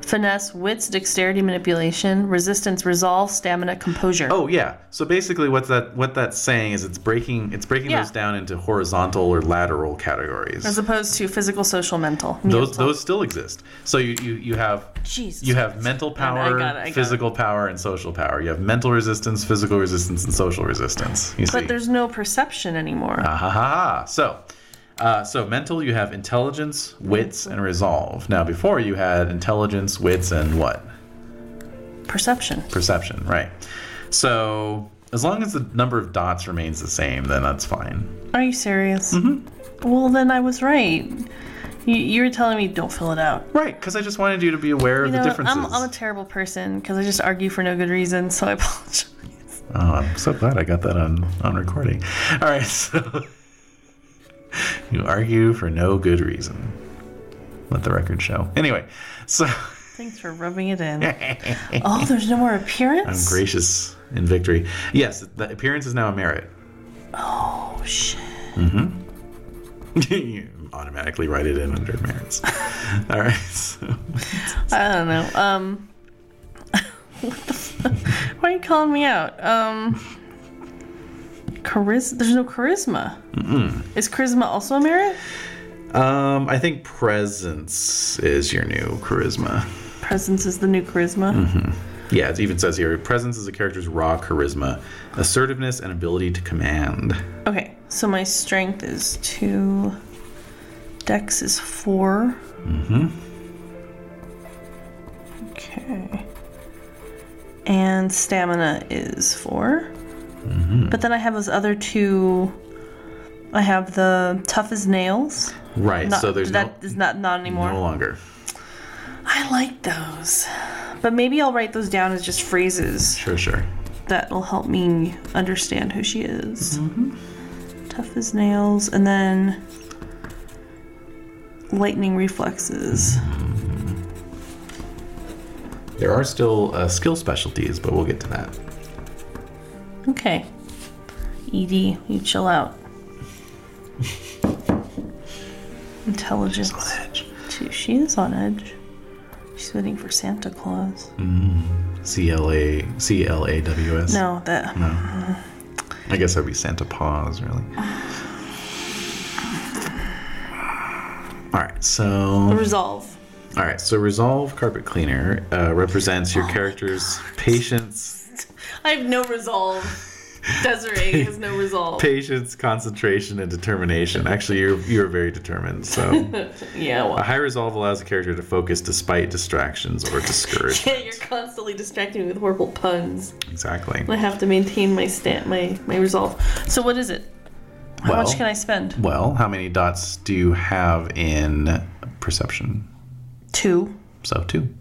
finesse, wits, dexterity, manipulation, resistance, resolve, stamina, composure.
Oh yeah. So basically, what that what that's saying is it's breaking it's breaking
Yeah.
those down into horizontal or lateral categories.
As opposed to physical, social, mental.
those
Mental.
those still exist. So you you, you have
Jesus
you have mental
no, I
power,
got it, I got it.
physical power, and social power. You have mental resistance, physical resistance, and social resistance. You see.
But there's no perception anymore.
Ah, ha, ha, ha. So, uh, so mental, you have intelligence, wits, and resolve. Now, before you had intelligence, wits, and what?
perception.
Perception, right? So, as long as the number of dots remains the same, then that's fine.
Are you serious? Mm-hmm. Well, then I was right. You, you were telling me don't fill it out.
Right, because I just wanted you to be aware
You
of
know,
the
what?
differences.
I'm, I'm a terrible person because I just argue for no good reason, so I apologize.
Oh, I'm so glad I got that on, on recording. All right, so you argue for no good reason. Let the record show. Anyway, so
Thanks for rubbing it in. oh, there's no more
I'm
appearance?
gracious in victory. Yes, the appearance is now a merit.
Oh, shit.
you Mm-hmm. automatically write it in under merits. All right. So,
I don't know. Um, what the f- why are you calling me out? Um, charisma. There's no charisma. Is charisma also a merit?
um, I think presence is your new charisma.
Presence is the new charisma.
Yeah, it even says here presence is a character's raw charisma, assertiveness, and ability to command.
Okay, so my strength is two. Dex is 4 Mm-hmm. Okay. And stamina is 4
Mm-hmm.
But then I have those other two. I have the tough as nails.
Right.
Not,
so there's
that
no,
is not not anymore.
no longer.
I like those, but maybe I'll write those down as just phrases
Sure, sure.
that'll help me understand who she is. Tough as nails, and then lightning reflexes.
There are still uh, skill specialties, but we'll get to that.
Okay. Edie, you chill out. Intelligence. She, she is on edge. She's waiting for Santa Claus.
C L A C L A W S.
No, that
I guess that'd be Santa Paws, really. All right, so
resolve.
All right, so Resolve Carpet Cleaner uh, represents
Oh
your character's patience,
I have no resolve. Desiree has no resolve.
patience, concentration, and determination. Actually, you're you're very determined. So,
Yeah,
a
well.
high resolve allows a character to focus despite distractions or discouragement.
You're constantly distracting me with horrible puns.
Exactly.
I have to maintain my stamp, my my resolve. So what is it? How
Well,
much can I spend?
Well, how many dots do you have in perception?
Two.
So two.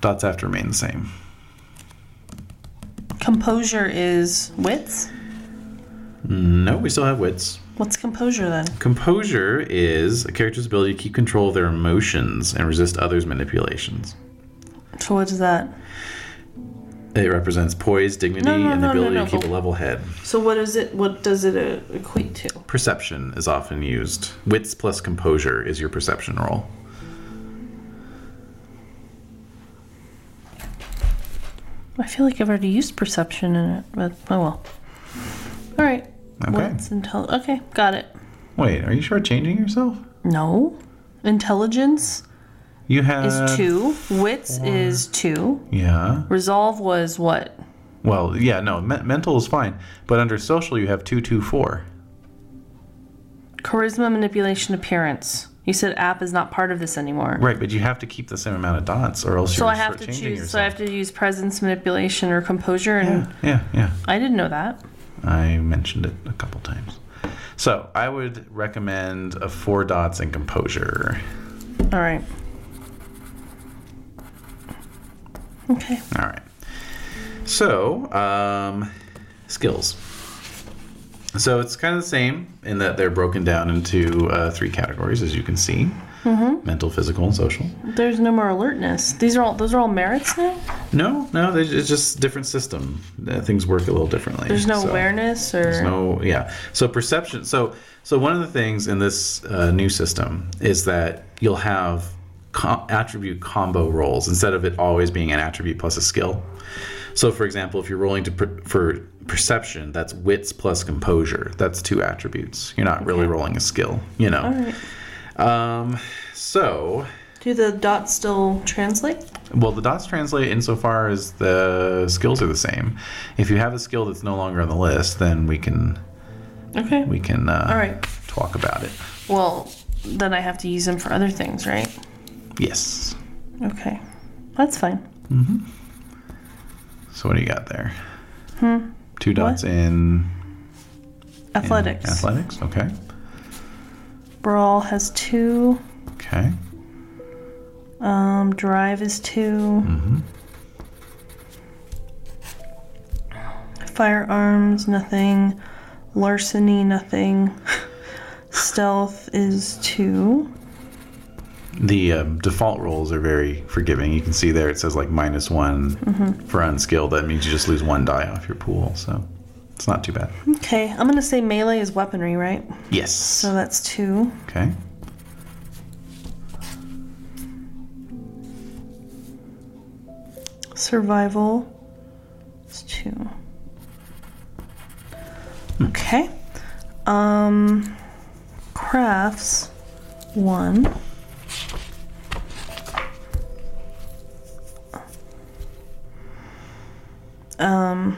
Dots have to remain the same.
Composure is wits.
No, we still have wits.
What's composure then?
Composure is a character's ability to keep control of their emotions and resist others' manipulations.
So what is that?
It represents poise, dignity,
No, no,
and the
no, no,
ability
no,
to keep
but-
a level head.
So what is it? What does it uh, equate to?
Perception is often used. Wits plus composure is your perception roll.
I feel like I've already used perception in it, but oh well. All right.
Okay.
Wits intel. Okay, got it.
Wait, are you sure changing yourself?
No, intelligence
You had
is two. Wits is two.
Yeah.
Resolve was what?
Well, yeah. No, me- mental is fine, but under social you have two, two, four.
Charisma, manipulation, appearance. You said app is not part of this anymore.
Right, but you have to keep the same amount of dots, or else
So
you're
I have
shortchanging
to choose.
Yourself.
So I have to use presence, manipulation, or composure, and
yeah, yeah.
I didn't know that.
I mentioned it a couple times. So I would recommend a four dots and composure.
All right. Okay.
All right. So um, skills. So it's kind of the same in that they're broken down into uh, three categories, as you can see:
Mm-hmm.
mental, physical, and social.
There's no more alertness. These are all. Those are all merits now.
No, no, they- it's just different system. Uh, things work a little differently.
There's no
so-
awareness or.
There's no, yeah. So perception. So so one of the things in this uh, new system is that you'll have co- attribute combo rolls instead of it always being an attribute plus a skill. So, for example, if you're rolling to per- for perception, that's wits plus composure. That's two attributes. You're not really rolling a skill, you know.
All right.
Um, so,
Do the dots still translate?
well, the dots translate insofar as the skills are the same. If you have a skill that's no longer on the list, then we can
Okay.
we can uh,
All right.
talk about it.
Well, then I have to use them for other things, right?
Yes.
Okay. That's fine.
So what do you got there?
Hmm?
Two dots in, in
Athletics.
athletics. Okay.
Brawl has two.
Okay.
Um, drive is 2 Firearms, nothing. Larceny, nothing. Stealth is two.
The um, default rolls are very forgiving. You can see there it says like minus one
Mm-hmm.
for unskilled. That means you just lose one die off your pool. So it's not too bad.
Okay, I'm gonna say melee is weaponry, right?
Yes.
So that's two.
okay.
Survival is two. Okay. Um, crafts, one. Um,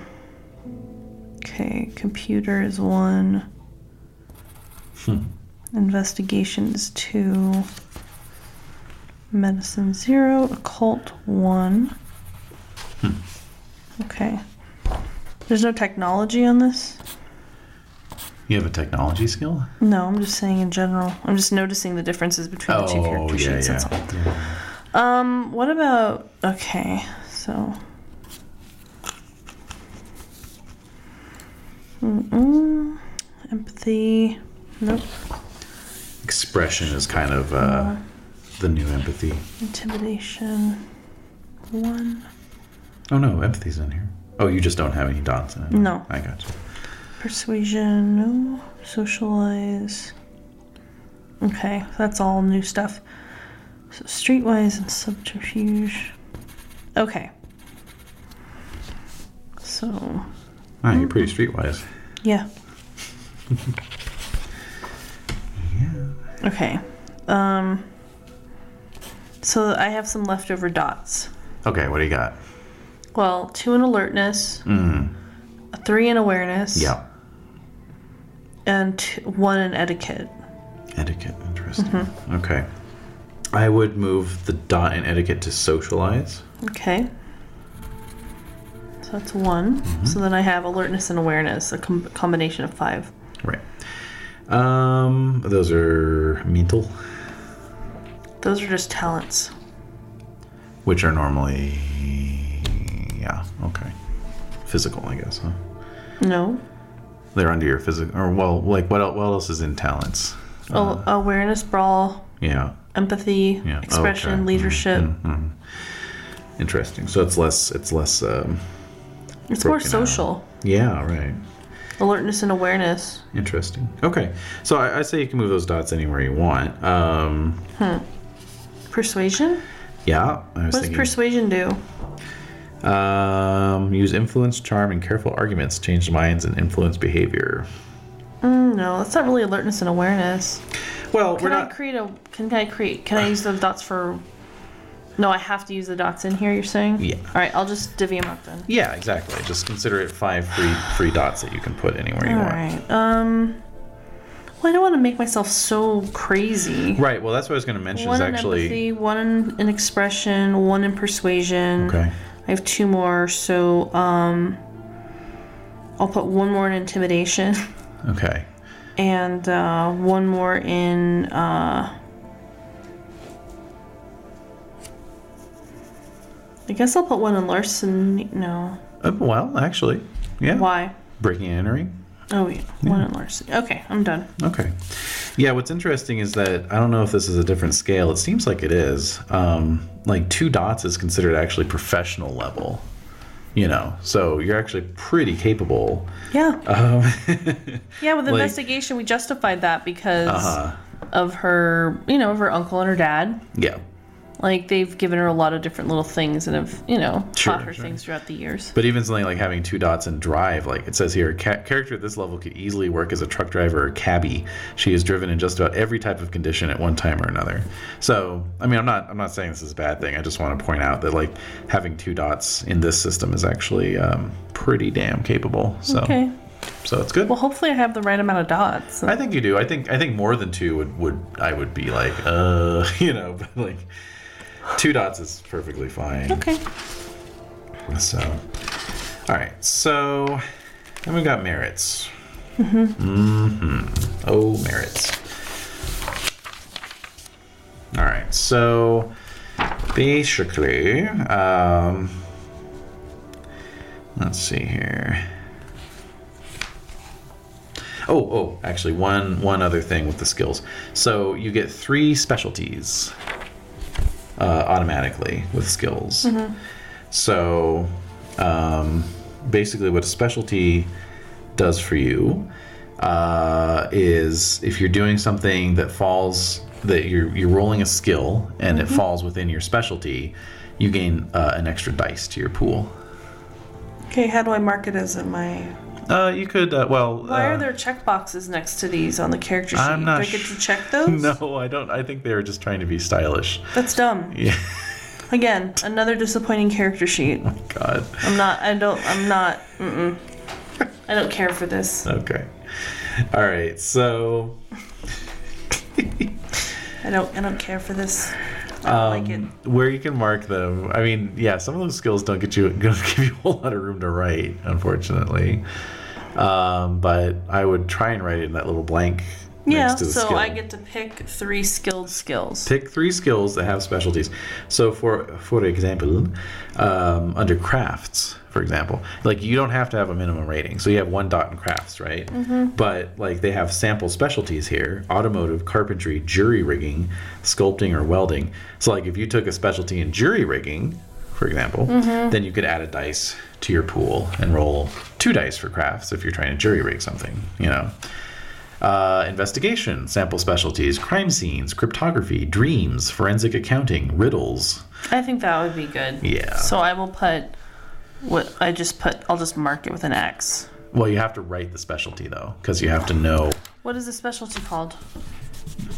okay, computer is one. Investigation is two. Medicine zero. Occult one. Okay. There's no technology on this?
You have a technology skill.
No, I'm just saying in general. I'm just noticing the differences between the two
Oh,
character sheets. That's all. Um, what about okay, so Mm-mm. empathy. Nope.
Expression is kind of
Uh-huh.
uh, the new empathy.
Intimidation. One.
Oh no, empathy's in here. Oh, you just don't have any dots in it.
No.
I got you.
Persuasion, no. Socialize. Okay, that's all new stuff. So streetwise and subterfuge. Okay. So,
Ah, you're pretty streetwise.
yeah.
Yeah.
Okay. Um so I have some leftover dots.
Okay, what do you got?
Well, two in alertness,
Mm.
three in awareness,
Yeah.
and t- one in etiquette.
Etiquette, interesting. Okay. I would move the dot in etiquette to socialize.
Okay. So that's one.
Mm-hmm.
So then I have alertness and awareness, a com- combination of five.
Right. Um, those are mental,
Those are just talents.
which are normally, yeah, okay, physical, I guess. Huh?
No.
They're under your physical, or well, like what else, what else is in talents?
Al- awareness, brawl,
Yeah,
empathy,
Uh-huh. yeah. oh,
expression,
okay. Mm-hmm.
leadership.
Interesting. So it's less, it's less. Um,
It's more
Broken out.
social.
yeah, right.
Alertness and awareness.
Interesting. Okay, so I, I say you can move those dots anywhere you want. Um,
Persuasion?
yeah, I was
What does
thinking.
persuasion do?
Um, use influence, charm, and careful arguments, change minds, and influence behavior.
Mm, no, that's not really alertness and awareness.
Well,
Can
we're
I
not.
create a. Can I create. Can I use those dots for. No, I have to use the dots in here, you're saying?
Yeah.
Alright, I'll just divvy them up then.
yeah, exactly. Just consider it five free free dots that you can put anywhere you
All
want.
right. Um. Well, I don't want to make myself so crazy.
Right. Well, that's what I was going to mention.
One
is
in
actually
empathy, one in, in expression, one in persuasion.
okay.
I have two more, so um, I'll put one more in intimidation
Okay.
and uh, one more in uh. I guess I'll put one in larceny. No,
Uh, well, actually, yeah.
why?
Breaking and entering.
Oh yeah, one in larceny. Okay, I'm done.
Okay. Yeah. What's interesting is that I don't know if this is a different scale. It seems like it is. Um, like two dots is considered actually professional level. You know, so you're actually pretty capable.
Yeah.
Um,
Yeah, with
Like-
investigation, we justified that because
uh,
of her, you know, of her uncle and her dad.
yeah.
Like they've given her a lot of different little things and have you know
Sure,
taught her
sure.
things throughout the years.
But even something like having two dots and drive, like it says here, ca- character at this level could easily work as a truck driver or cabbie. She is driven in just about every type of condition at one time or another. So, I mean, I'm not, I'm not saying this is a bad thing. I just want to point out that like having two dots in this system is actually um, pretty damn capable. So,
Okay.
so it's good.
Well, hopefully I have the right amount of dots.
I think you do. I think, I think more than two would, would I would be like, uh, you know, but like two dots is perfectly fine.
Okay.
So, all right. So, then we got merits. Mm-hmm. Oh, merits. All right. So, basically, um, let's see here. Oh, oh, actually, one one other thing with the skills. So you get three specialties uh, automatically with skills. So, um, basically, what a specialty does for you uh, is if you're doing something that falls that you're you're rolling a skill and
Mm-hmm.
it falls within your specialty, you gain uh, an extra dice to your pool.
Okay, how do I mark it as in my?
Uh, you could uh, well.
Why
uh,
are there check boxes next to these on the character sheet?
I'm not
do I get
sh-
to check those?
No, I don't. I think they were just trying to be stylish.
That's dumb.
Yeah.
Again, another disappointing character sheet.
God.
I'm not. I don't. I'm not. Mm-mm. I don't care for this.
Okay. All right. So.
I don't. I don't care for this. I don't
Um,
like it.
where you can mark them. I mean, yeah, some of those skills don't get you don't give you a whole lot of room to write, unfortunately. Um, but I would try and write it in that little blank.
Yeah.
next to the
So
skill.
I get to pick three skilled skills.
pick three skills that have specialties. So for for example, um, under crafts, for example, like you don't have to have a minimum rating. So you have one dot in crafts, right? But like they have sample specialties here: automotive, carpentry, jury rigging, sculpting, or welding. So like if you took a specialty in jury rigging, for example, then you could add a dice to your pool and roll two dice for crafts if you're trying to jury rig something, you know uh, investigation, sample specialties, crime scenes, cryptography, dreams, forensic accounting, riddles.
I think that would be good.
Yeah.
So I will put. What I just put. I'll just mark it with an X.
Well, you have to write the specialty though, because you have to know.
What is the specialty called?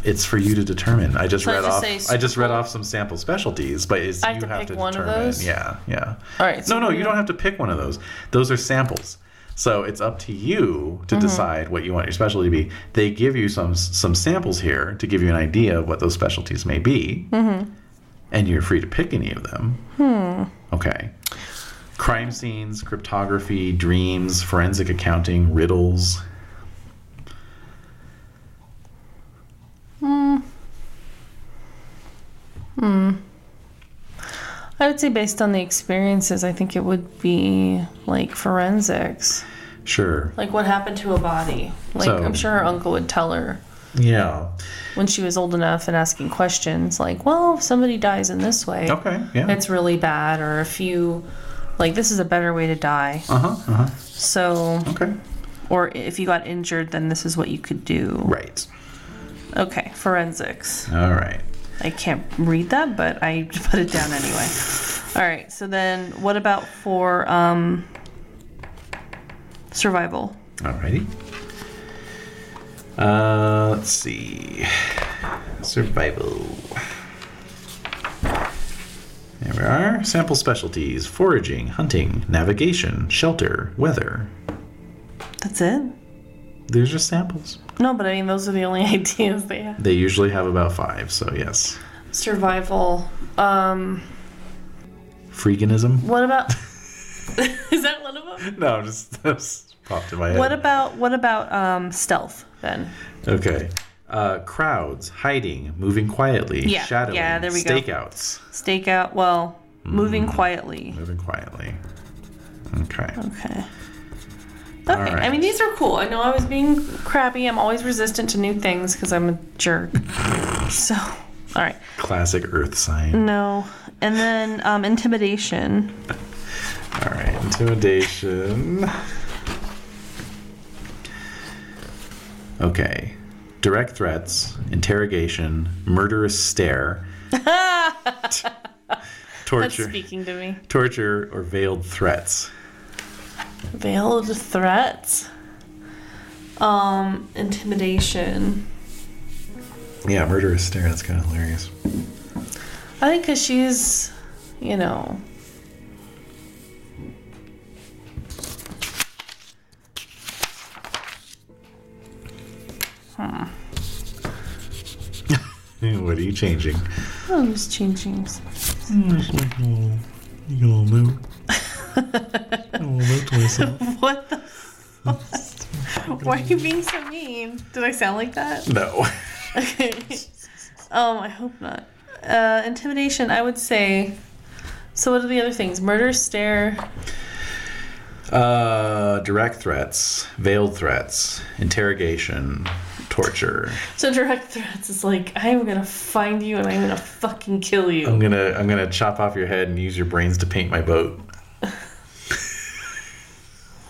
It's for you to determine. I just
So I
read
just
off.
say
I just read off some sample specialties, but it's,
I have
you
to
have
pick
to
one of
determine.
those?
Yeah, yeah.
All right, so
no, no,
we
you don't have to pick one of those. Those are samples. So it's up to you to decide what you want your specialty to be. They give you some some samples here to give you an idea of what those specialties may be, and you're free to pick any of them. Okay. Crime scenes, cryptography, dreams, forensic accounting, riddles.
I would say based on the experiences, I think it would be like forensics.
Sure.
Like what happened to a body?
Like
So-
I'm sure her uncle would tell her
Yeah.
when she was old enough and asking questions like, well, if somebody dies in this way,
Okay. Oh, Yeah.
it's really bad, or if you like this is a better way to die.
Uh huh. Uh huh.
So,
Okay.
Or if you got injured, then this is what you could do.
Right.
Okay, forensics.
All right.
I can't read that, but I put it down anyway. All right, so then what about for um, survival?
Alrighty. Uh, let's see. Survival. There we are. Sample specialties foraging, hunting, navigation, shelter, weather.
That's it?
These are samples.
No, but I mean, those are the only ideas they have.
They usually have about five, so yes.
Survival. Um,
Freeganism?
what about. is that one of them?
No, just that's popped in my head.
What about what about um, stealth then?
okay. Uh, crowds, hiding, moving quietly,
Yeah,
shadowing,
yeah, there we go.
stakeouts,
Stakeout. Well, moving quietly.
moving quietly. Okay.
Okay. Okay.
All right.
I mean, these are cool. I know I was being crappy. I'm always resistant to new things because I'm a jerk. so, all right.
Classic earth sign.
No. And then um, intimidation.
All right, intimidation. Okay. Direct threats, interrogation, murderous stare,
That's
torture,
speaking to me.
torture, or veiled threats.
Veiled threats. Um, intimidation.
Yeah, murderous stare. That's kind of hilarious.
I think because she's, you know.
Hmm.
what are you changing?
Oh, I'm just changing.
You all know. I will note to myself.
What the? Why are you being so mean? Did I sound like that?
No.
Okay. um, I hope not. Uh, intimidation, I would say. So, what are the other things? Murder, stare.
Uh, direct threats, veiled threats, interrogation, torture.
So, direct threats is like, I am gonna find you and I'm gonna fucking kill you.
I'm gonna I'm gonna chop off your head and use your brains to paint my boat.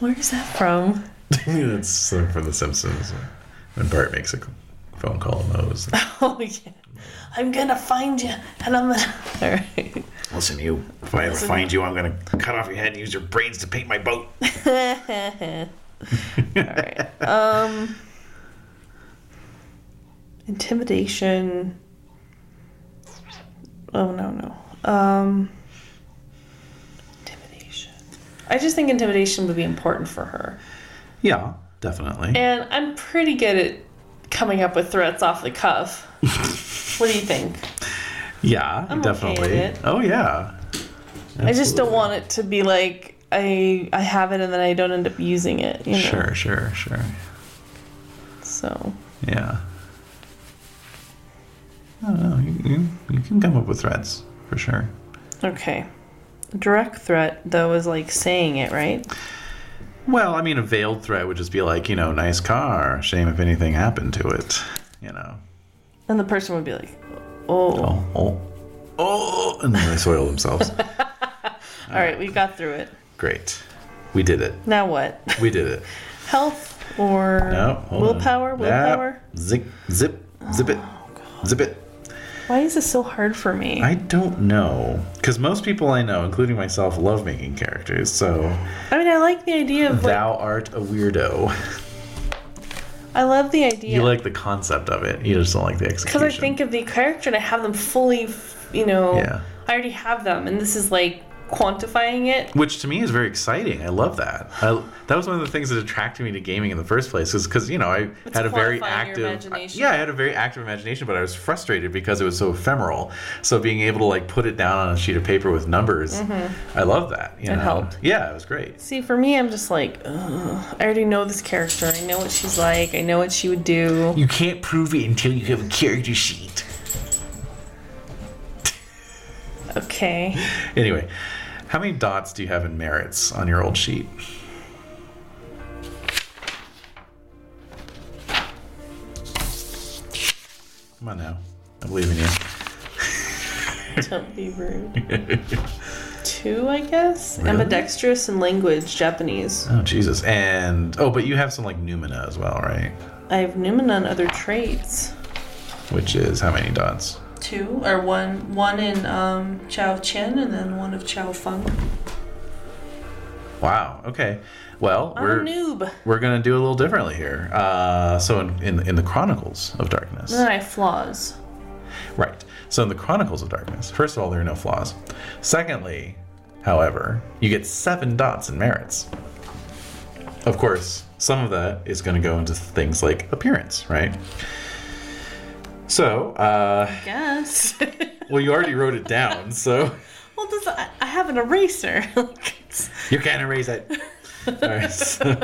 Where is that from?
That's something from The Simpsons when Bart makes a phone call to Moe's.
Oh, yeah. I'm gonna find you and I'm gonna. Alright.
Listen, you. If I ever find you, I'm gonna cut off your head and use your brains to paint my boat.
Alright. Um. Intimidation. Oh, no, no. Um. Intimidation. I just think intimidation would be important for her.
Yeah, definitely.
And I'm pretty good at coming up with threats off the cuff. what do you think?
yeah,
I'm okay
definitely.
with it.
Oh yeah.
I just don't want it to be like I I have it and then I don't end up using it. You know?
Sure, sure, sure.
So
Yeah. I don't know. You, you, you can come up with threats for sure.
okay. Direct threat though is like saying it, right?
Well, I mean, a veiled threat would just be like, you know, nice car. Shame if anything happened to it. You know.
And the person would be like, "Oh,
Oh, oh, oh, and then they soil themselves.
all right, we got through it.
Great. We did it.
Now what?
We did it.
Health or
No, hold on.
willpower?
Yep.
Willpower?
Zip, zip, zip it, zip it.
Why is this so hard for me? I,
I don't know, because most people I know, including myself, love making characters. So
mean, I like the idea of like,
thou art a weirdo.
I love the idea
You like the concept of it. You just don't like the execution.
because I think of the character and I have them fully, f- you know,
Yeah.
I already have them, and this is like quantifying it.
which to me is very exciting. I love that. I, that was one of the things that attracted me to gaming in the first place, is because you know I had a very
quantifying
active,
your imagination.
yeah, I had a very active imagination, but I was frustrated because it was so ephemeral. So being able to like put it down on a sheet of paper with numbers, I love that. You
Mm-hmm. It
know?
helped.
Yeah, it was great.
See, for me, I'm just like, Ugh, I already know this character. I know what she's like. I know what she would do.
You can't prove it until you have a character sheet.
Okay.
Anyway, how many dots do you have in merits on your old sheet? Come on now. I believe in you.
Don't be rude. Two, I guess. Ambidextrous in language, Japanese.
Oh, Jesus. And, oh, but you have some like numina as well, right?
I have Numen on other traits.
Which is how many dots?
Two or one, one in um, Chao Chen and then one of Chao Feng.
Wow. Okay. Well,
I'm
we're.
a noob.
We're gonna do a little differently here. Uh, so in, in in the Chronicles of Darkness,
And then I have flaws.
Right. So in the Chronicles of Darkness, first of all, there are no flaws. Secondly, however, you get seven dots in merits. Of course, some of that is going to go into things like appearance, right? So, uh,
Yes.
well, you already wrote it down, so
well, does I, I have an eraser? Like, it's-
you can't erase it. All right. so-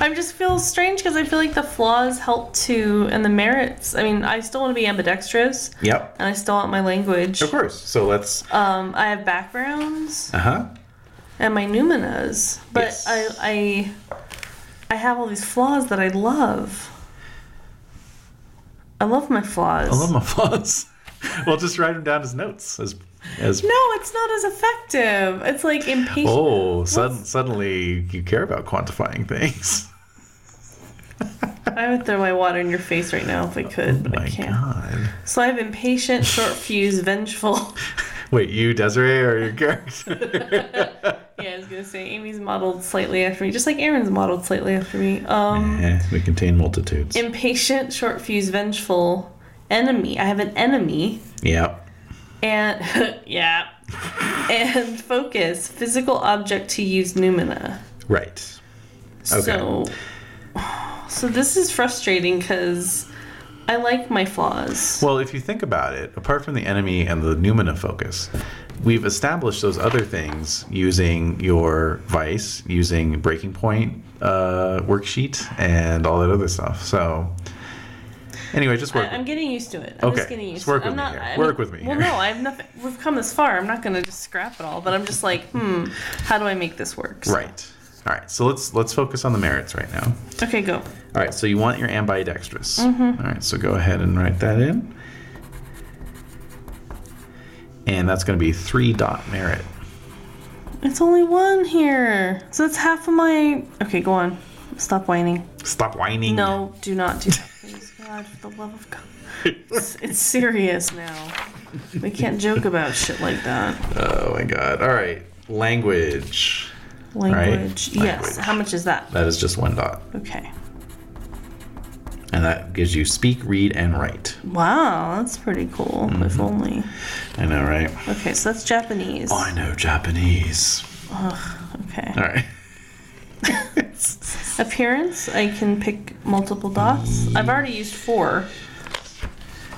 I just feel strange because I feel like the flaws help to and the merits. I mean, I still want to be ambidextrous,
yep.
and I still want my language.
Of course. So let's.
Um, I have backgrounds
Uh huh.
and my numinas, but
Yes.
I, I I have all these flaws that I love. I love my flaws.
I love my flaws. well, just write them down as notes. As as.
no, it's not as effective. It's like impatient.
Oh, sud- suddenly you care about quantifying things.
I would throw my water in your face right now if I could, but I
Oh My
can't.
God.
So I'm impatient, short fuse, vengeful.
Wait, you, Desiree, or your character?
yeah, I was gonna say Amy's modeled slightly after me, just like Aaron's modeled slightly after me. Um,
Eh, we contain multitudes.
impatient, short fuse, vengeful, enemy. I have an enemy,
yep.
and yeah, and focus, physical object to use Numina.
Right.
So, so this is frustrating because I like my flaws.
Well, if you think about it, apart from the enemy and the Numina focus, we've established those other things using your vice, using breaking point uh, worksheet, and all that other stuff. So, anyway, just work.
I, am getting used to it. I'm just
Okay,
getting used
just work
to it.
with
I'm
me
not,
here.
I
Work with me
Well,
here.
no, I've nothing. We've come this far. I'm not going to just scrap it all, but I'm just like, hmm, how do I make this work? So-
right. All right. So let's let's focus on the merits right now.
Okay, go.
All right, so you want your ambidextrous.
Mm-hmm.
All right, so go ahead and write that in. And that's going to be three dot merit.
It's only one here. So it's half of my. Okay, go on. Stop whining.
Stop whining.
No, do not do that. Please, God, for the love of God. It's, it's serious now. We can't joke about shit like that.
Oh my god. All right, language.
Language. Yes.
Language.
How much is that?
That is just one dot.
Okay.
And that gives you speak, read, and write.
Wow, that's pretty cool.
Mm-hmm.
If only.
I know, right?
Okay, so that's Japanese.
I know Japanese.
Okay.
All right.
Appearance, I can pick multiple dots. I've already used four.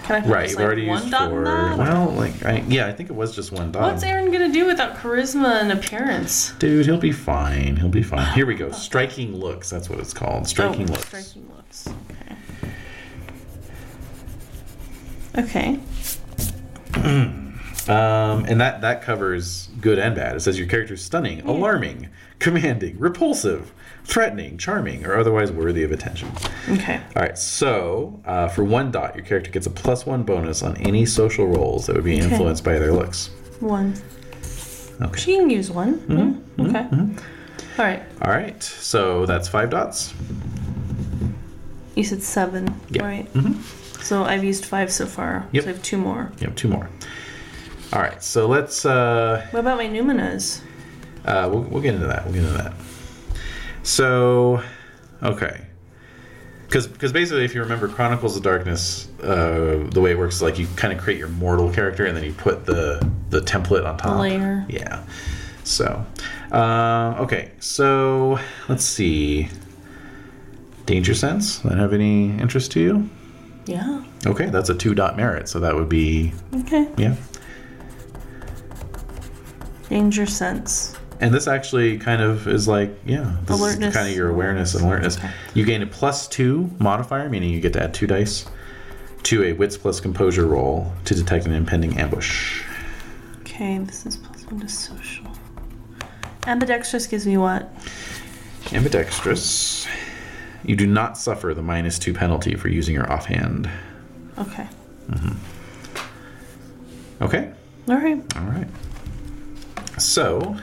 Can I pick
Right,
just,
you've
like,
already
one
used
dot in
four.
that?
Well, like, I, yeah, I think it was just one dot.
What's Aaron gonna do without charisma and appearance?
Dude, he'll be fine. He'll be fine. Here we go. Striking looks. That's what it's called. Striking
oh,
looks.
Striking looks. Okay. Okay.
Um, and that that covers good and bad. It says your character is stunning, alarming, commanding, repulsive, threatening, charming, or otherwise worthy of attention.
Okay.
All right. So uh, for one dot, your character gets a plus one bonus on any social roles that would be influenced by their looks.
One.
Okay.
She can use one.
Mm-hmm.
Yeah, Okay. All right.
All right. So that's five dots.
You said seven,
Yeah. Mm-hmm.
right? So I've used five so far.
Yep.
So I have two more.
You have two more. All right. So let's. Uh,
What about my numinas?
Uh, we'll, we'll get into that. We'll get into that. So, okay. Because basically, if you remember Chronicles of Darkness, uh, the way it works is like you kind of create your mortal character and then you put the the template on top.
Layer.
Yeah. So, uh, okay. So let's see. Danger sense. That have any interest to you?
Yeah.
Okay, that's a two dot merit. So that would be
Okay.
yeah.
Danger sense.
And this actually kind of is like, yeah, this
Alertness.
is kind of your awareness and alertness. You gain a plus two modifier, meaning you get to add two dice to a wits plus composure roll to detect an impending ambush.
Okay, this is plus one to social. Ambidextrous gives me what?
Ambidextrous. You do not suffer the minus two penalty for using your offhand.
Okay.
Okay,
All right.
all right. So,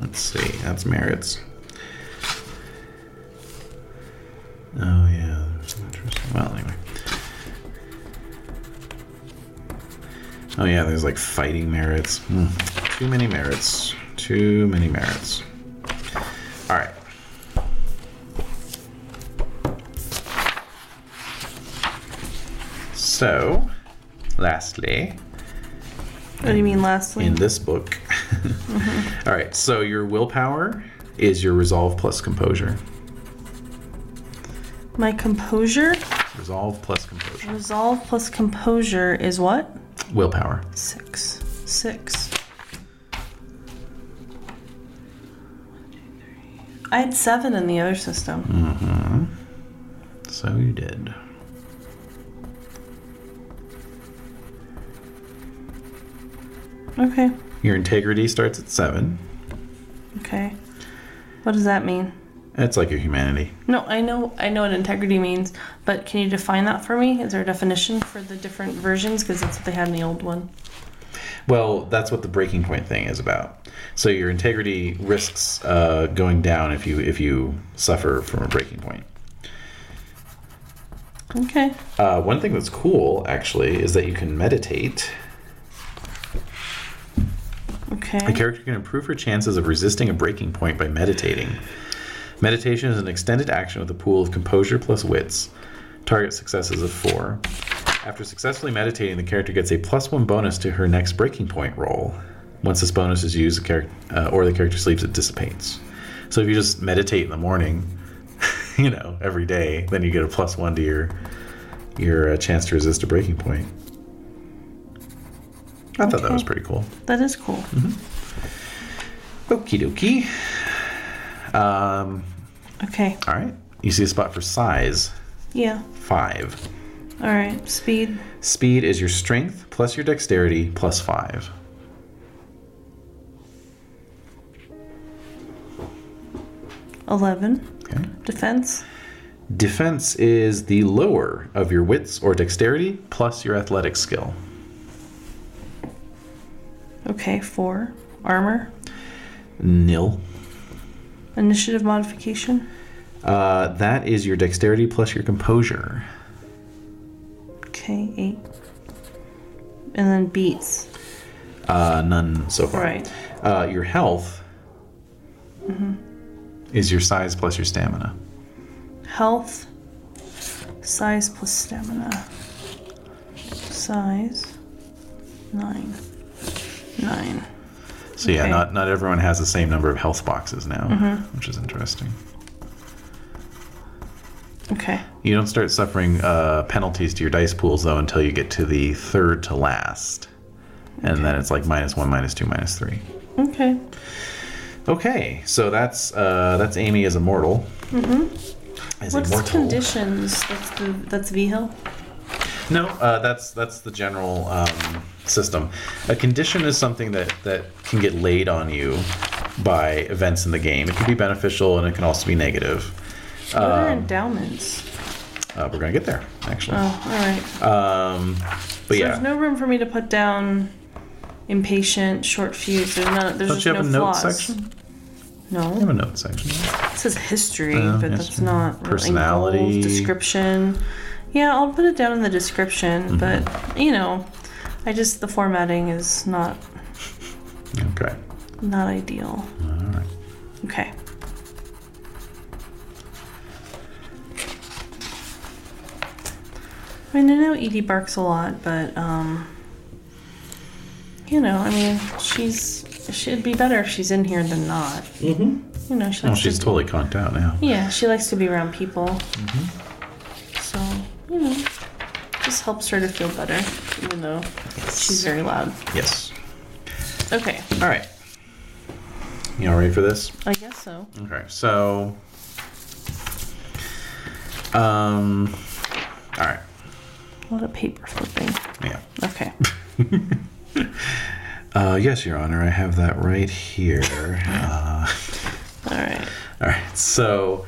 let's see, that's merits. Oh yeah, there's some interesting. Well, anyway. Oh yeah, there's like fighting merits. Hmm. Too many merits. Too many merits. All right. So, lastly,
What do you mean lastly?
in this book. All right, so your willpower is your resolve plus composure.
my composure?
Resolve plus composure.
Resolve plus composure is what?
Willpower.
Six. Six. I had seven in the other system.
So you did.
Okay.
Your integrity starts at seven.
Okay. What does that mean?
It's like your humanity.
No, I know I know what integrity means, but can you define that for me? Is there a definition for the different versions? Because that's what they had in the old one.
Well, that's what the breaking point thing is about. So your integrity risks uh, going down if you if you suffer from a breaking point.
Okay.
Uh, one thing that's cool actually is that you can meditate. A
Okay.
character can improve her chances of resisting a breaking point by meditating. Meditation is an extended action with a pool of composure plus wits. Target successes of four. After successfully meditating, the character gets a plus one bonus to her next breaking point roll. Once this bonus is used, the character uh, or the character sleeps, it dissipates. So if you just meditate in the morning, you know, every day, then you get a plus one to your your uh, chance to resist a breaking point. I thought that was pretty cool.
That is cool.
Okie dokie. Um,
Okay.
all right. You see a spot for size
Yeah.
five.
All right. Speed.
Speed is your strength plus your dexterity plus five.
Eleven.
Okay.
Defense.
Defense is the lower of your wits or dexterity plus your athletic skill.
Okay. Four. Armor.
Nil.
Initiative modification.
Uh, that is your dexterity plus your composure.
Okay. Eight. And then beats.
Uh, none so far.
Right.
Uh, your health
Mm-hmm.
is your size plus your stamina.
Health. Size plus stamina. Size. Nine. Nine.
So yeah,
Okay. Mm-hmm.
not not everyone has the same number of health boxes now, which is interesting.
Okay.
You don't start suffering uh, penalties to your dice pools though until you get to the third to last, and then it's like minus one, minus two, minus three.
Okay.
Okay, so that's uh, that's Amy as immortal. Mm-hmm. As
What's
immortal.
conditions? That's the that's V Hill.
No, uh, that's that's the general um, system. A condition is something that that can get laid on you by events in the game. It can be beneficial and it can also be negative.
What are
Um,
endowments?
Uh, we're gonna get there actually.
Oh, all right.
Um, but yeah,
There's no room for me to put down impatient, short fuse. There's not. There's
don't
just
you have
no
a note
flaws.
section?
No,
You have a note section.
it says history,
Oh,
but that's
history.
not really
Personality.
goals, description. Yeah, I'll put it down in the
Mm-hmm.
description, but you know, I just the formatting is not
Okay.
not ideal.
All right.
Okay. I mean, I know Edie barks a lot, but um, you know, I mean, she's she'd be better if she's in here than not. Mm-hmm. You know, she
Well,
likes
Oh, she's
to,
totally conked out now.
yeah, she likes to be around people. Mm-hmm. So you know, just helps her to feel better, even though she's very loud.
Yes.
Okay,
All right. You all ready for this?
I guess so.
Okay, so. Um. All right.
A lot of paper flipping.
Yeah.
Okay.
Uh, yes, Your Honor, I have that right here. Uh,
All right.
all right. So,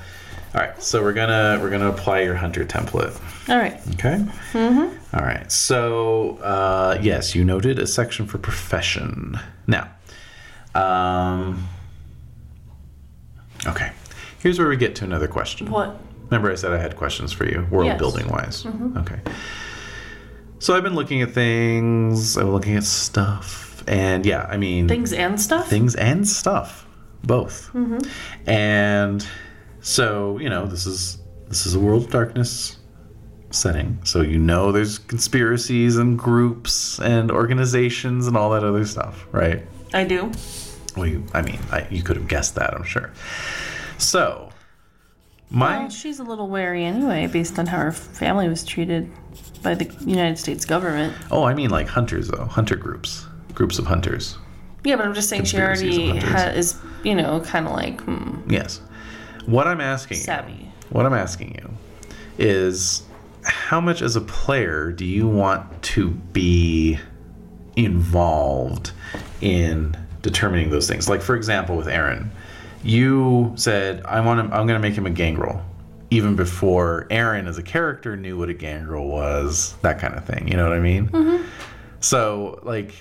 all right. So we're gonna we're gonna apply your hunter template.
All right.
Okay.
Mm-hmm.
All right. So, uh, yes, you noted a section for profession. Now, um, okay. Here's where we get to another question.
What?
Remember, I said I had questions for you, world
Yes. Mm-hmm.
building wise. Okay. So I've been looking at things. I'm looking at stuff, and yeah, I mean
Things and stuff.
things and stuff both and so you know this is this is a world of darkness setting so you know there's conspiracies and groups and organizations and all that other stuff right
I do.
well you i mean I, you could have guessed that i'm sure so my
Well, she's a little wary anyway, based on how her family was treated by the United States government.
oh i mean like hunters though hunter groups groups of hunters
Yeah, but I'm just saying she
Conspiracies
already
and
ha- is, you know, kind of like hmm,
yes what i'm asking you-
savvy.
What I'm asking you is how much as a player do you want to be involved in determining those things? Like for example with Aaron, you said I want him I'm going to make him a gangrel even before Aaron as a character knew what a gangrel was, that kind of thing. You know what I mean? So like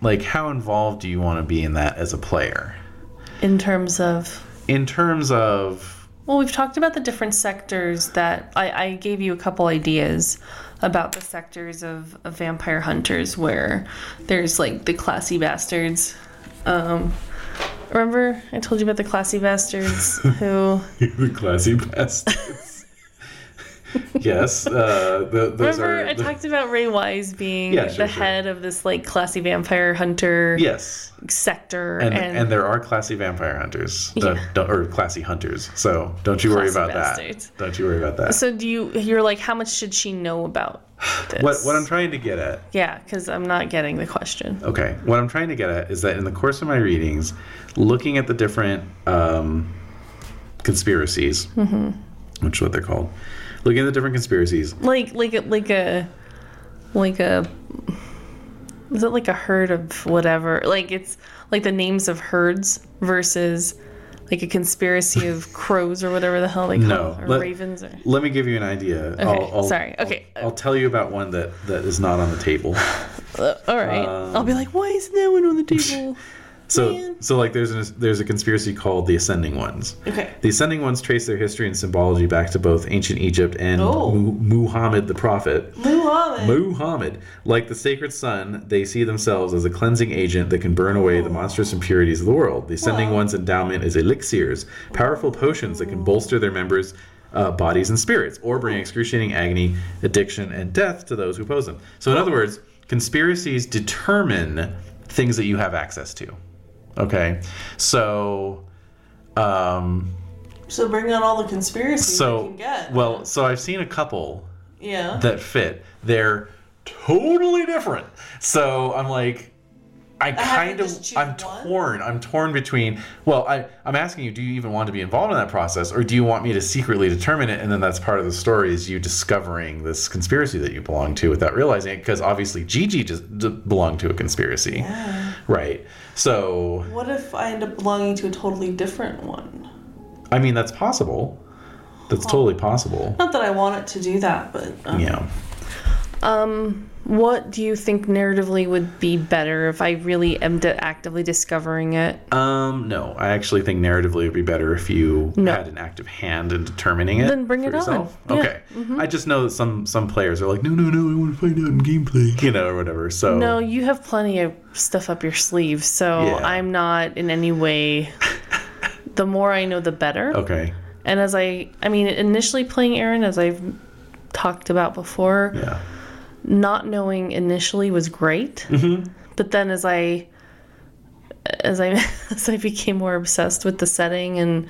like how involved do you want to be in that as a player?
in terms of
In terms of
well we've talked about the different sectors that i, I gave you a couple ideas about the sectors of, of vampire hunters where there's like the classy bastards um, remember i told you about the classy bastards who
the classy bastards. yes, uh, th those
remember
are.
i
the-
talked about ray wise being
Yeah, sure,
the
sure.
head of this like classy vampire hunter
yes,
sector
and,
and,
and there are classy vampire hunters, Don't-
Yeah.
don't- or classy hunters. So don't you worry
Classy
about
bastards.
that. Don't you worry about that.
so do you you're like how much should she know about this
what what I'm trying to get at
yeah because i'm not getting the question
Okay. What I'm trying to get at is that in the course of my readings, looking at the different um, conspiracies,
Mm-hmm.
which is what they're called, looking at the different conspiracies,
like like a like a like a is it like a herd of whatever like it's like the names of herds versus like a conspiracy of crows or whatever the hell they call
No,
it, or
let-
ravens or
let me give you an idea. Okay.
sorry, okay.
I'll, tell you about one that, that is not on the table.
Uh, all right
um,
i'll be like why isn't that one on the table
so
Man.
so like there's an, there's a conspiracy called the Ascending Ones.
okay
The Ascending Ones trace their history and symbology back to both ancient Egypt and
Oh.
Mu- Muhammad the Prophet.
muhammad
Muhammad. Like the sacred sun, they see themselves as a cleansing agent that can burn away the monstrous impurities of the world. The ascending one's endowment is elixirs, powerful potions that can bolster their members' uh, bodies and spirits, or bring excruciating agony, addiction, and death to those who oppose them. So, in other words, conspiracies determine things that you have access to. Okay, so. Um,
So bring on all the conspiracies you
so
can get.
well, so I've seen a couple
yeah.
that fit. They're totally different. So I'm like, I
have to
kind of,
just choose
I'm
one?
torn. I'm torn between. Well, I, I'm asking you, do you even want to be involved in that process, or do you want me to secretly determine it, and then that's part of the story is you discovering this conspiracy that you belong to without realizing it? Because obviously, Gigi just d- belonged to a conspiracy, right? So,
What if I end up belonging to a totally different one?
I mean, that's possible. That's totally possible.
Not that I want it to do that, but um,
Yeah.
what do you think narratively would be better if i really am d actively discovering it
Um, no, I actually think narratively it would be better if you
No.
had an active hand in determining it.
Then bring
for
it on.
yourself.
Yeah. Mm-hmm.
Okay. I just know that some some players are like, no, no, no, I want to find out in gameplay, you know, or whatever. So
No, you have plenty of stuff up your sleeve, so
Yeah.
I'm not in any way. the more I know, the better.
okay,
And as I, I mean, initially playing Aaron, as I've talked about before,
yeah,
not knowing initially was great.
Mm-hmm.
But then as I, as I, as I became more obsessed with the setting and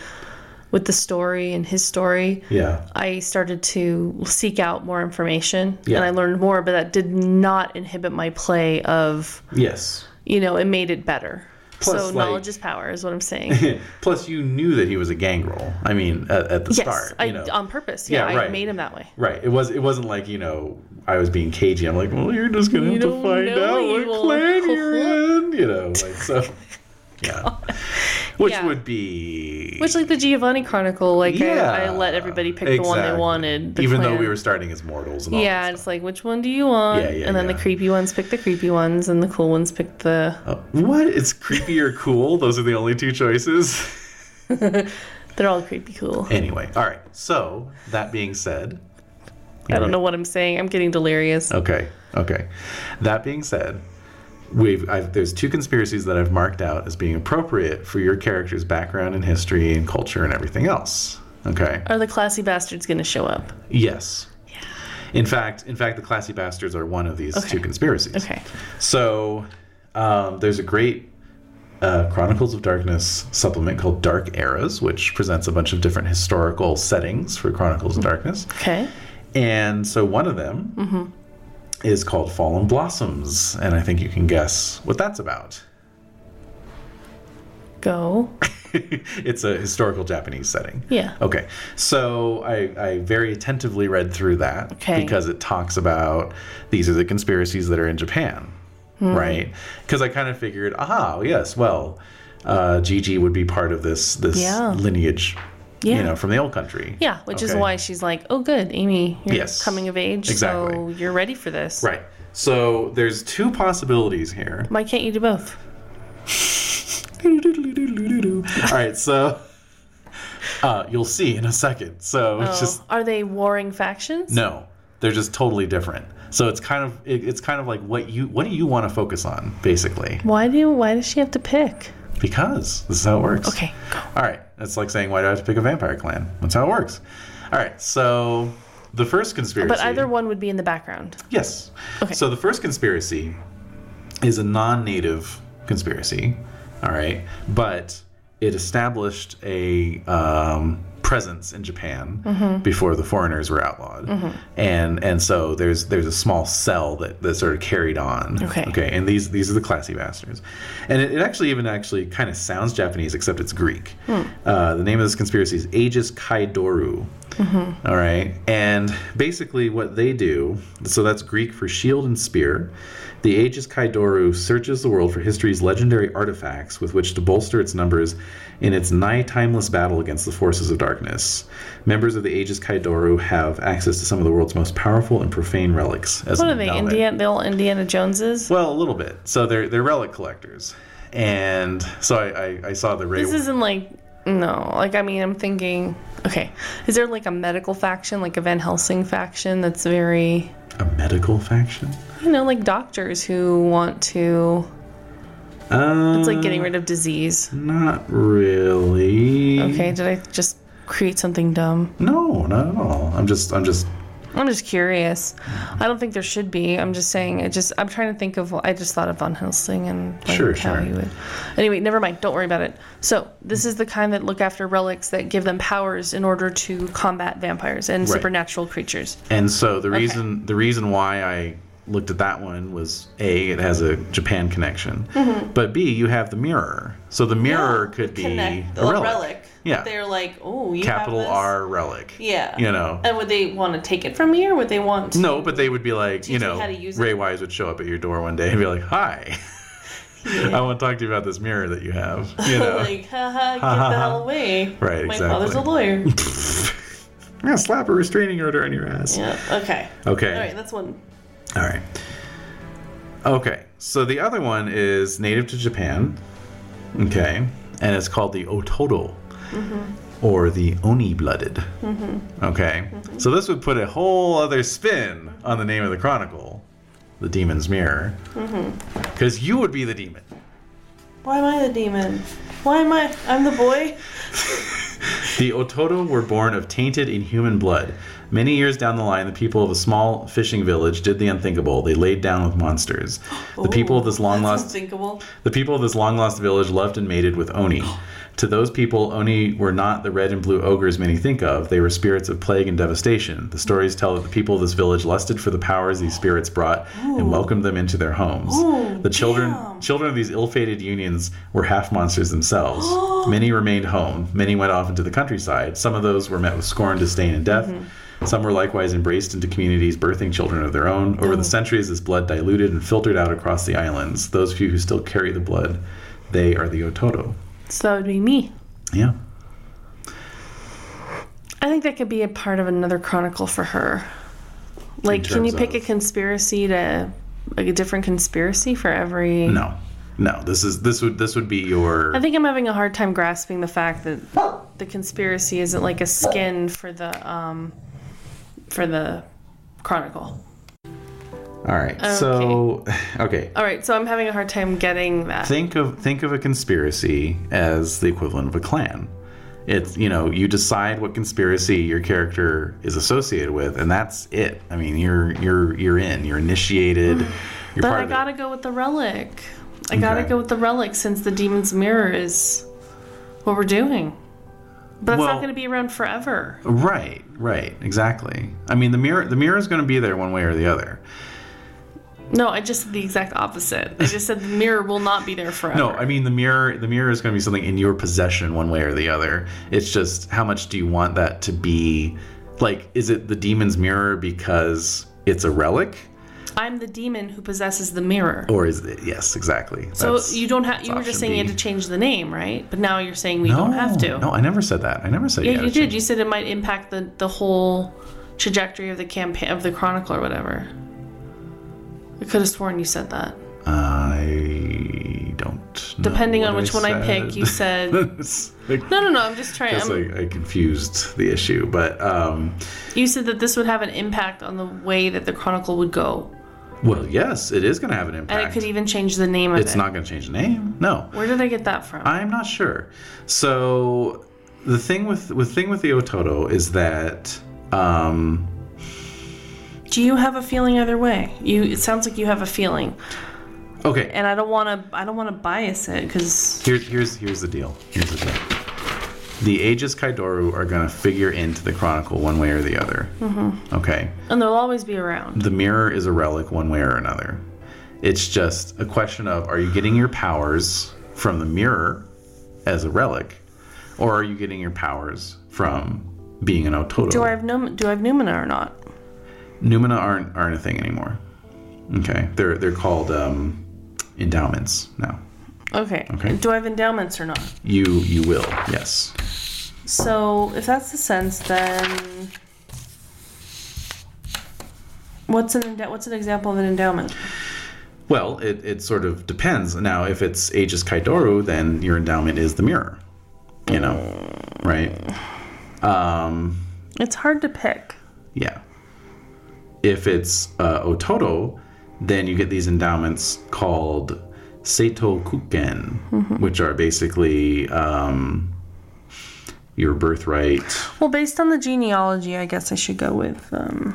with the story and his story,
yeah,
I started to seek out more information
Yeah.
and I learned more, but that did not inhibit my play of
yes.
you know, it made it better.
Plus,
so
like-
knowledge is power, is what I'm saying.
Plus, you knew that he was a gangrel. I mean, at, at the
yes,
start,
I, um,
you know.
on purpose.
Yeah,
Yeah,
right.
I made him that way.
Right. It was. It wasn't like you know. I was being cagey. I'm like, well, you're just gonna have to
don't
find
know
out
you
what
will."
clan you're in. You know, like so. Yeah. Which
Yeah.
would be.
Which, like the Giovanni Chronicle, like I, I let everybody pick the one they
exactly.
wanted. the
Even though
clan.
we were starting as mortals and all
Yeah,
that
it's like which one do you want?
Yeah, yeah,
and then
yeah.
the creepy ones pick the creepy ones, and the cool ones pick the
stuff. Uh, what? It's creepy or cool? Those are the only two choices.
they're all creepy cool.
Anyway, all right. So, that being said.
I don't know what I'm saying. I'm getting delirious.
Okay, okay. That being said, we've I've, there's two conspiracies that I've marked out as being appropriate for your character's background and history and culture and everything else. Okay.
Are the classy bastards gonna show up?
Yes. In fact, in fact, the classy bastards are one of these two conspiracies.
Okay.
So um, there's a great uh, Chronicles of Darkness supplement called Dark Eras, which presents a bunch of different historical settings for Chronicles of Darkness.
Okay.
And so one of them is called Fallen Blossoms. And I think you can guess what that's about.
Go.
it's a historical Japanese setting.
Yeah.
Okay. So I, I very attentively read through that
Okay.
because it talks about these are the conspiracies that are in Japan,
Hmm.
right? Because I kind of figured, aha, yes, well, uh, Gigi would be part of this this
Yeah.
lineage
Yeah.
you know, from the old country.
Yeah, which is
Okay.
why she's like, "Oh, good, Amy, you're
Yes.
coming of age, so
Exactly.
you're ready for this.
Right. So there's two possibilities here.
Why can't you do both?"
All right, so uh, you'll see in a second. So it's just
Oh, are they warring factions?
No, they're just totally different. So it's kind of it, it's kind of like what you what do you want to focus on basically?
Why do? Why does she have to pick?
Because this is how it works.
Okay, go.
All right. That's like saying why do I have to pick a vampire clan? That's how it works. All right. So the first conspiracy.
But either one would be in the background.
Yes.
Okay.
So the first conspiracy is a non-native conspiracy. All right, but it established a um, presence in Japan
Mm-hmm.
before the foreigners were outlawed, and and so there's there's a small cell that, that sort of carried on.
Okay.
Okay. And these these are the classy bastards, and it, it actually even actually kind of sounds Japanese except it's Greek.
Hmm.
Uh, the name of this conspiracy is Aegis Kaidoru. All right. And basically, what they do so that's Greek for shield and spear. The Aegis Kaidoru searches the world for history's legendary artifacts with which to bolster its numbers in its nigh timeless battle against the forces of darkness. Members of the Aegis Kaidoru have access to some of the world's most powerful and profane relics. As
What
an
are they?
endowment.
Indiana, the old Indiana Joneses.
Well, a little bit. So they're, they're relic collectors. And so I, I, I saw the Ray.
This isn't like no. Like I mean, I'm thinking. Okay, is there like a medical faction, like a Van Helsing faction, that's very
a medical faction?
you know like doctors who want to?
Uh,
It's like getting rid of disease.
Not really.
Okay, did I just create something dumb?
No, not at all. I'm just, I'm just.
I'm just curious. I don't think there should be. I'm just saying. It just. I'm trying to think of. I just thought of Von Helsing and like
Sure,
how
sure.
he would. Anyway, never mind. Don't worry about it. So this is the kind that look after relics that give them powers in order to combat vampires and
Right.
supernatural creatures.
And so the reason, the reason why I looked at that one was a, it has a Japan connection,
Mm-hmm.
but b, you have the mirror. So the mirror could be
oh, Connect
a relic. Yeah.
They're like, oh, you
Capital
have this.
R relic.
Yeah.
You know.
And would they want to take it from you, or would they want?
no, but they would be like, you
me
know,
how to use it.
Ray Wise would show up at your door one day and be like, "Hi, I want to talk to you about this mirror that you have." You know,
like, haha, get the hell away.
Right,
My father's a
exactly.
lawyer.
I'm gonna slap a restraining order on your ass.
yeah. Okay.
Okay.
All right. That's one.
All right. Okay. So the other one is native to Japan. Okay. And it's called the Ototo or the Oni blooded. Okay. So this would put a whole other spin on the name of the chronicle, the Demon's Mirror. Because you would be the demon.
Why am I the demon? Why am I? I'm the boy.
The Ototo were born of tainted inhuman blood. Many years down the line, the people of a small fishing village did the unthinkable. They laid down with monsters. The people of this long
That's
lost
unthinkable.
The people of this long lost village loved and mated with Oni. To those people, Oni were not the red and blue ogres many think of. They were spirits of plague and devastation. The stories tell that the people of this village lusted for the powers these spirits brought and welcomed them into their homes. the children children of these ill-fated unions were half monsters themselves. many remained home, many went off into the countryside. Some of those were met with scorn, disdain, and death. Some were likewise embraced into communities birthing children of their own. Over the centuries, this blood diluted and filtered out across the islands. Those few who still carry the blood, they are the Ototo.
So that would be me.
Yeah.
I think that could be a part of another chronicle for her. Like, can you
terms
pick a
of-
conspiracy to like a different conspiracy for every?
No, no. This is this would this would be
I
your
think I'm having a hard time grasping the fact that the conspiracy isn't like a skin for the um for the chronicle.
all right. So, okay.
All right, so I'm having a hard time getting that.
Think of think of a conspiracy as the equivalent of a clan. It's you know you decide what conspiracy your character is associated with, and that's it. I mean, you're you're you're in. You're initiated. You're
Mm. but
part
I
of it.
gotta go with the relic. I gotta
Okay.
go with the relic since the demon's mirror is what we're doing. But it's
Well-
not gonna be around forever.
Right, right, exactly. I mean, the mirror the mirror is going to be there one way or the other.
No, I just said the exact opposite. I just said the mirror will not be there forever.
No, I mean the mirror the mirror is going to be something in your possession one way or the other. It's just how much do you want that to be? Like, is it the demon's mirror because it's a relic?
I'm the demon who possesses the mirror.
Or is it? Yes, exactly.
So
That's-
you don't have.
that's
You were
option
just saying you
B.
had to change the name, right? But now you're saying we
No,
don't have to.
No, I never said that. I never said
yeah,
had
you
to
did.
change-
You said it might impact the the whole trajectory of the campaign of the chronicle or whatever. I could have sworn you said that.
I don't. know
Depending on
what
which one I pick, you said-
It's like-
No, no, no. I'm just trying.
it's
I'm,
like I confused the issue, but um,
you said that this would have an impact on the way that the chronicle would go,
well, yes, it is going to have an
and
impact.
it could even change the name of
it's
it.
not going to change the name. No,
Where did I get that from?
I'm not sure. So the thing with the thing with the Ototo is that um,
Do you have a feeling either way? You. It sounds like you have a feeling,
okay.
and I don't want to. I don't want to bias it because
Here, here's here's the deal. Here's the deal. The Aegis Kaidoru are going to figure into the Chronicle one way or the other. Mm-hmm. Okay.
and they'll always be around.
The mirror is a relic one way or another. It's just a question of are you getting your powers from the mirror as a relic, or are you getting your powers from being an Ototo?
Do I have Num- Do I have Numina or not?
Numina aren't aren't a thing anymore. Okay. They're they're called um, endowments now.
Okay.
Okay.
Do I have endowments or not?
You you will yes.
So, if that's the sense, then what's an endow- what's an example of an endowment?
Well, it, it sort of depends. Now, if it's Aegis Kaidoru, then your endowment is the mirror. You know, right?
It's hard to pick.
Yeah. If it's uh, Ototo, then you get these endowments called Seto Kuken, which are basically um, your birthright.
Well, based on the genealogy, I guess I should go with um,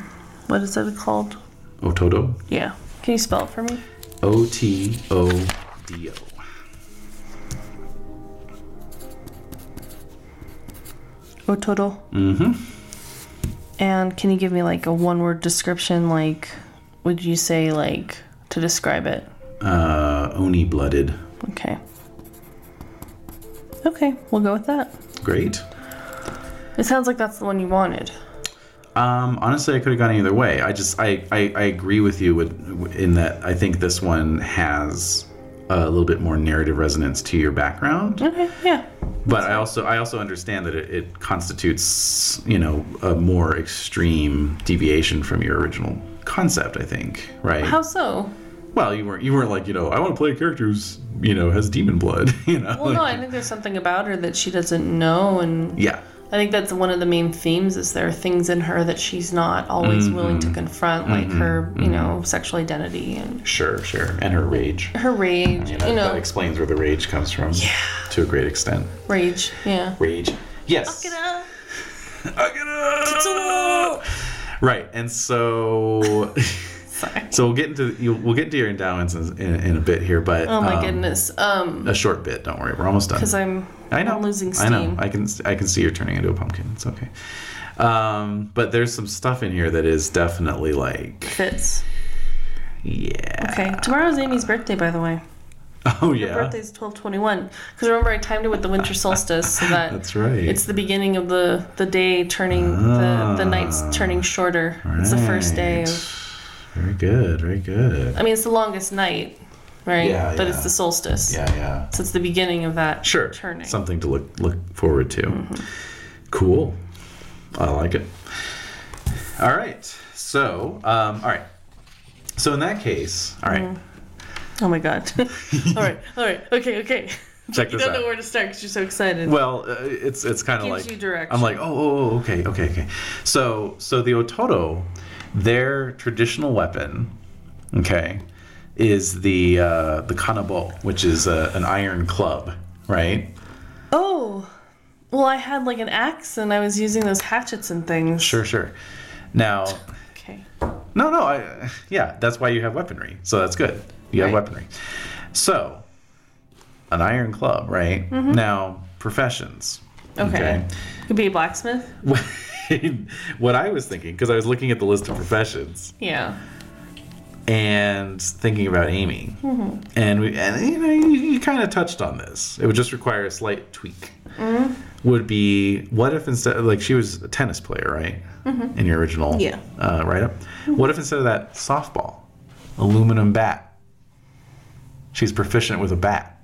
what is it called?
Ototo?
Yeah. Can you spell it for me?
O T O D O.
Ototo. Mm-hmm. And can you give me like a one-word description? Like, would you say like to describe it?
Uh, Oni blooded.
Okay. Okay, we'll go with that.
Great.
It sounds like that's the one you wanted.
Um, honestly, I could have gone either way. I just I, I, I agree with you with, in that I think this one has a little bit more narrative resonance to your background,
Okay, yeah.
but I also I also understand that it, it constitutes you know a more extreme deviation from your original concept. I think right.
How so?
well, you weren't you weren't like you know I want to play a character who's you know has demon blood. You know.
Well, no,
like-
I think there's something about her that she doesn't know, and
yeah.
I think that's one of the main themes is there are things in her that she's not always willing to confront, like her, you know, sexual identity and
Sure. Sure. And her rage.
her rage,
You know,
you know,
that explains where the rage comes from. Yeah. To a great extent.
rage, yeah.
Rage. Yes. Akira! Right, and so
Sorry.
so we'll get into you- we'll get into your endowments in, in, in a bit here, but
Oh my
um,
goodness. Um,
a short bit. Don't worry, we're almost done.
because I'm,
I know
I'm losing
I
steam.
know. I can I can see you're turning into a pumpkin. It's okay. Um, but there's some stuff in here that is definitely like
Fits.
yeah.
Okay. Tomorrow's Amy's birthday, by the way.
Oh yeah.
Birthday's twelve twenty one. Because remember, I timed it with the winter solstice, so that
That's right.
It's the beginning of the the day turning the the nights
Ah.
turning shorter. It's the first day
Right.
of.
Very good. Very good.
I mean, it's the longest night, right?
Yeah,
but
yeah.
it's the solstice.
Yeah. Yeah.
So it's the beginning of that.
sure
Turning.
something to look look forward to cool i like it all right so um, all right so in that case all right,
Oh my god. all right. All right. Okay. Okay.
check
You
this
don't
out
know where to start because you're so excited.
well uh, it's it's kind of
Gives
like
you direction.
i'm like oh, oh oh, okay okay okay so so the ototo their traditional weapon okay is the uh, the kanabo which is uh an iron club right
oh. Well, I had like an axe and I was using those hatchets and things.
sure sure now
Okay.
No, no, I yeah, that's why you have weaponry. So that's good. You have
Right.
weaponry. So, an iron club, right? Now, professions.
Mm-hmm. Okay. Could be a blacksmith.
Okay. what I was thinking because I was looking at the list of professions
Yeah.
and thinking about Amy.
Mm-hmm.
And we and you know, you, you kind of touched on this. It would just require a slight tweak.
Mm-hmm.
Would be what if instead like she was a tennis player, right? In your original
Mm-hmm. Yeah. Mm-hmm.
uh, write up. What if instead of that softball? aluminum bat. She's proficient with a bat.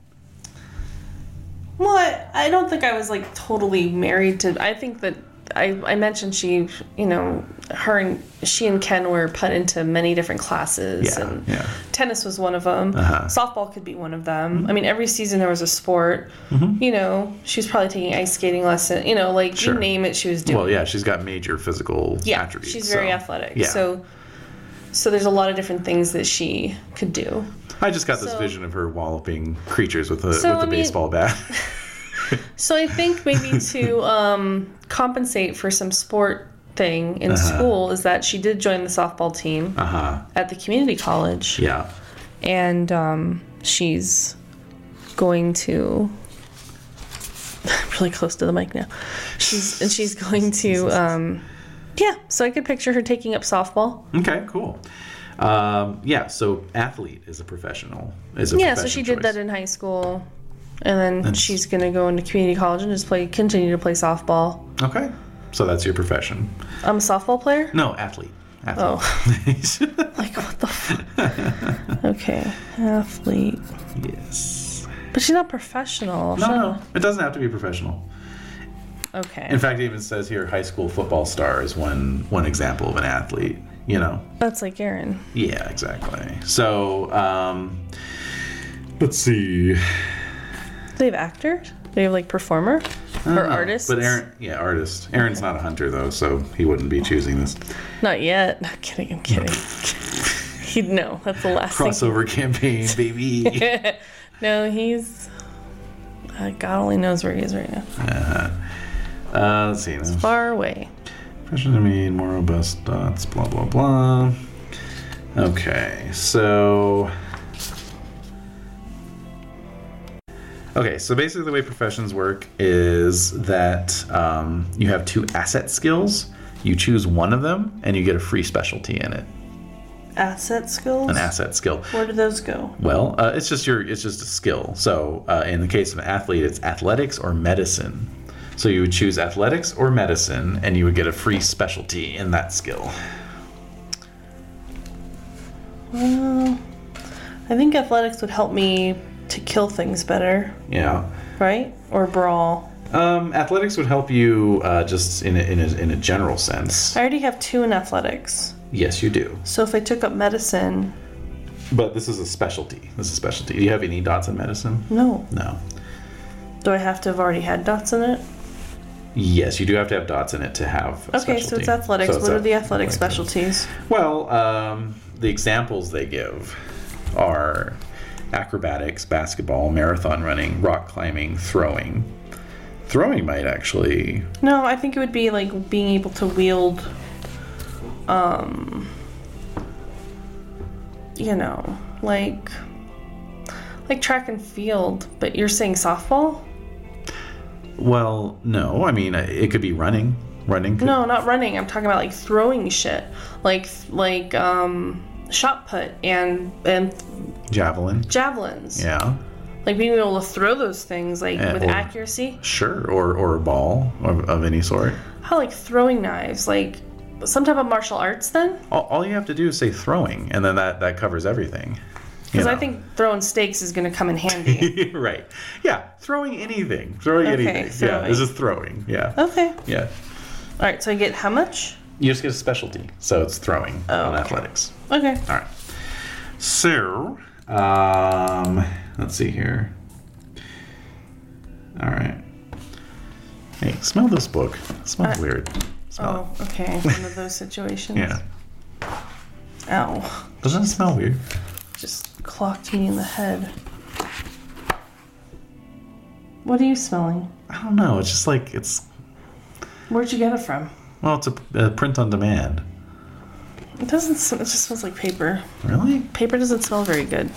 Well, I, I don't think I was like totally married to. I think that I, I mentioned she, you know, her and she and Ken were put into many different classes,
Yeah,
and
yeah.
tennis was one of them.
Uh-huh. Mm-hmm.
Softball could be one of them. I mean, every season there was a sport. You know, she was probably taking ice skating lesson. You know, like
Sure.
you name it, she was doing.
Well, yeah, she's got major physical
yeah,
attributes.
she's very
so-
athletic.
Yeah.
So, so there's a lot of different things that she could do.
I just got this
so-
vision of her walloping creatures with a
So,
with a
I mean-
baseball bat.
So I think maybe to um, compensate for some sport thing in school is that she did join the softball team
uh huh.
at the community college,
Yeah.
and um, she's going to. I'm really close to the mic now. She's and she's going to. Um, yeah, so I could picture her taking up softball.
Okay. Cool. Um, yeah. So athlete is a professional. Is a
Yeah, so she did that in high school, and then she's gonna go into community college and just play, continue to play softball.
okay. So that's your profession.
I'm a softball player.
No, athlete. Athlete.
Oh. Like what the? F- okay, athlete,
yes.
but she's not professional.
No, no, it doesn't have to be professional. In
Okay,
fact, it even says here high school football star is one one example of an athlete. You know.
that's like Aaron.
Yeah, exactly. So, um, let's see.
Do they have actors? Do they have like performer or artists?
But Aaron, yeah, artist. Aaron's not a hunter though, so he wouldn't be choosing this
Not yet. Not kidding. I'm kidding. He'd know. That's the last thing.
crossover campaign, baby.
No, he's. Uh, God only knows where he is right now.
uh, let's see. Now.
Far away.
Pressure to me, more robust dots, blah blah blah. Okay, so. Okay, so basically, the way professions work is that um, you have two asset skills. You choose one of them, and you get a free specialty in it.
Asset skills.
An asset skill.
Where do those go?
Well, uh, it's just your it's just a skill. So uh, in the case of an athlete, it's athletics or medicine. So you would choose athletics or medicine, and you would get a free specialty in that skill.
I think athletics would help me to kill things better,
Yeah.
right? Or brawl.
Um, athletics would help you uh, just in a, in, a, in a general sense.
I already have two in athletics.
Yes, you do.
So if I took up medicine,
But this is a specialty. This is a specialty. Do you have any dots in medicine?
no.
No.
Do I have to have already had dots in it?
Yes, you do have to have dots in it to have. A
Okay, so
specialty.
it's athletics.
So it's
what
a-
are the athletic
like-
specialties?
Well, um, the examples they give are acrobatics, basketball, marathon running, rock climbing, throwing. Throwing might actually.
No, I think it would be like being able to wield, um, you know, like, like track and field. But you're saying softball?
Well, no. I mean, it could be running. Running. Could,
No, not running. I'm talking about like throwing shit, like like um, shot put and and
Javelin.
javelins.
Yeah.
Like being able to throw those things like
Yeah,
with
or-
accuracy.
Sure. Or or a ball of, of any sort.
How like throwing knives, like some type of martial arts then?
All, all you have to do is say throwing, and then that that covers everything. You
Because I
know.
think throwing stakes is going to come in handy.
right. Yeah. Throwing anything. Throwing
Okay,
anything. Yeah.
throwing. Oh.
This is throwing. Yeah.
okay. All
Yeah.
right. So I get how much?
You just get a specialty, so it's throwing on athletics.
Oh, Okay.
All right. So, um, let's see here. All right. Hey, smell this book. It smells weird. Smell
Uh, Oh, okay. One of those situations.
it. Yeah.
Ow.
Doesn't it smell weird?
Just clocked me in the head. What are you smelling?
I don't know. It's just like it's
Where'd you get it from?
well, it's a, a print on demand.
It doesn't. sm- It just smells like paper.
Really?
Paper doesn't smell very good.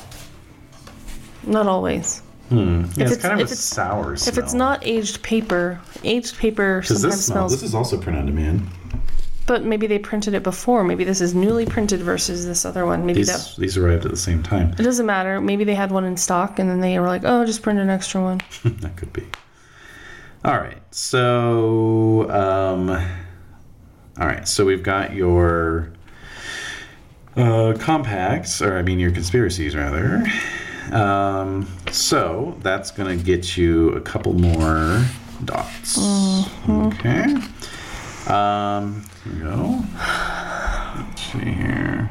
Not always.
Yeah, it's,
it's-
kind of
if
a
it's-
sour smell.
If it's not aged paper, aged paper
does
sometimes
this smell?
smells.
This is also print on demand.
But maybe they printed it before. Maybe this is newly printed versus this other one. Maybe
These
that.
these arrived at the same time.
It doesn't matter. Maybe they had one in stock and then they were like, oh, just print an extra one.
That could be. All right. So, um, all right. So we've got your uh, compacts, or I mean your conspiracies rather. Um, so that's gonna get you a couple more dots. Okay. Um, here we go. Let's see here.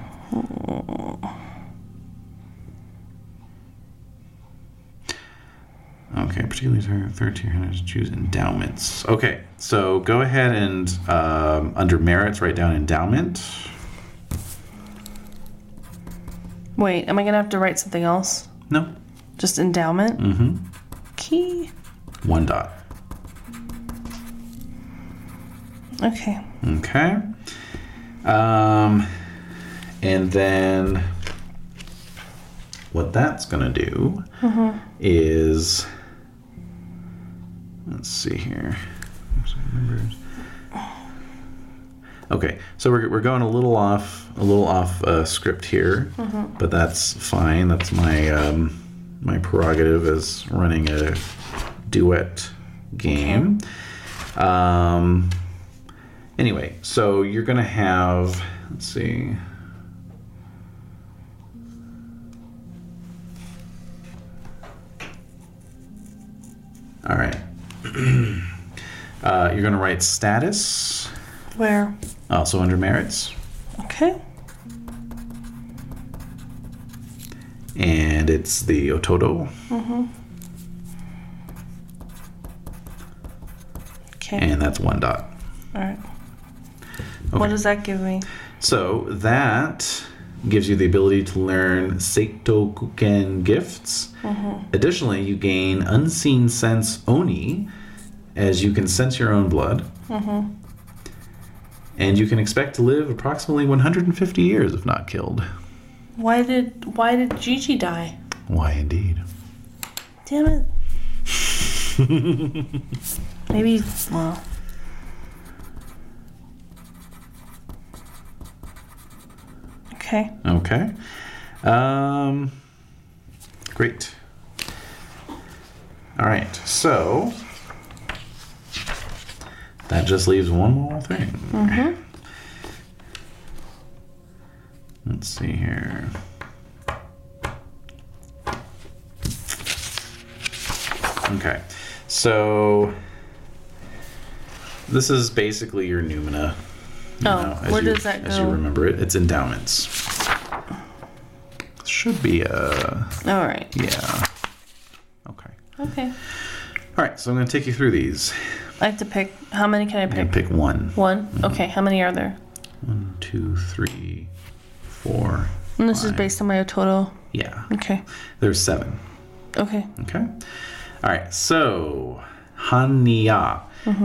Okay, particularly thir- third tier hunters choose endowments. Okay, so go ahead and um, under merits write down endowment.
Wait, am I gonna have to write something else?
No.
Just endowment?
Mm-hmm.
Key.
One dot.
Okay.
Okay. Um, and then what that's gonna do is let's see here. Okay, so we're, we're going a little off a little off uh, script here, but that's fine. That's my um, my prerogative as running a duet game. Um, Anyway, so you're gonna have let's see. All right. uh, you're gonna write status,
Where?
also under merits,
Okay.
and it's the ototo,
Okay.
and that's one dot.
All right.
Okay.
What does that give me?
So that gives you the ability to learn Seitokuken gifts. Additionally, you gain Unseen Sense Oni as you can sense your own blood. And you can expect to live approximately 150 years if not killed.
Why did Why did Gigi die?
Why indeed?
Damn it. Maybe. Well. Okay.
Okay. Um, great. All right. So that just leaves one more thing.
Mm-hmm.
Let's see here. Okay. So this is basically your Numina. you
Oh,
know, as
where
you-
does that
As you
go?
remember it, it's endowments. Should be a
All right.
yeah. Okay.
Okay.
All right. So I'm going to take you through these.
I have to pick. How many can I
I'm going to
pick?
pick one.
One. Okay. How many are there?
One, two, three, four.
And this is
five.
based on my total.
Yeah.
Okay.
There's seven.
Okay.
Okay. All right. So, Hania.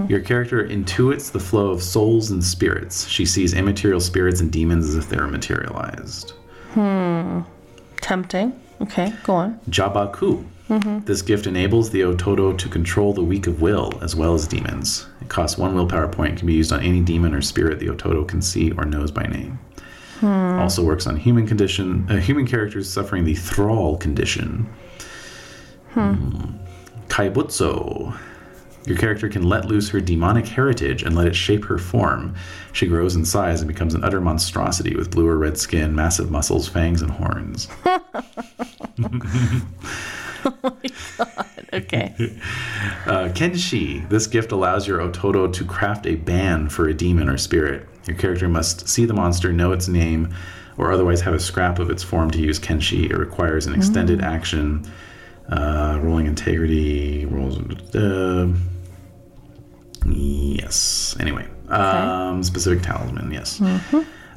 Your character intuits the flow of souls and spirits. She sees immaterial spirits and demons as if they were materialized.
Tempting. Okay. Go on.
Jabaku. This gift enables the Ototo to control the weak of will as well as demons. It costs one willpower point and can be used on any demon or spirit the Ototo can see or knows by name. Also works on human condition, uh, human characters suffering the thrall condition. Hmm. Kaibutsu. Your character can let loose her demonic heritage and let it shape her form. She grows in size and becomes an utter monstrosity with blue or red skin, massive muscles, fangs, and horns.
Okay.
Uh, Kenshi, this gift allows your Ototo to craft a ban for a demon or spirit. Your character must see the monster, know its name, or otherwise have a scrap of its form to use Kenshi. It requires an extended action. Uh, rolling integrity, rolls. Uh, yes. Anyway, um, specific talisman, yes.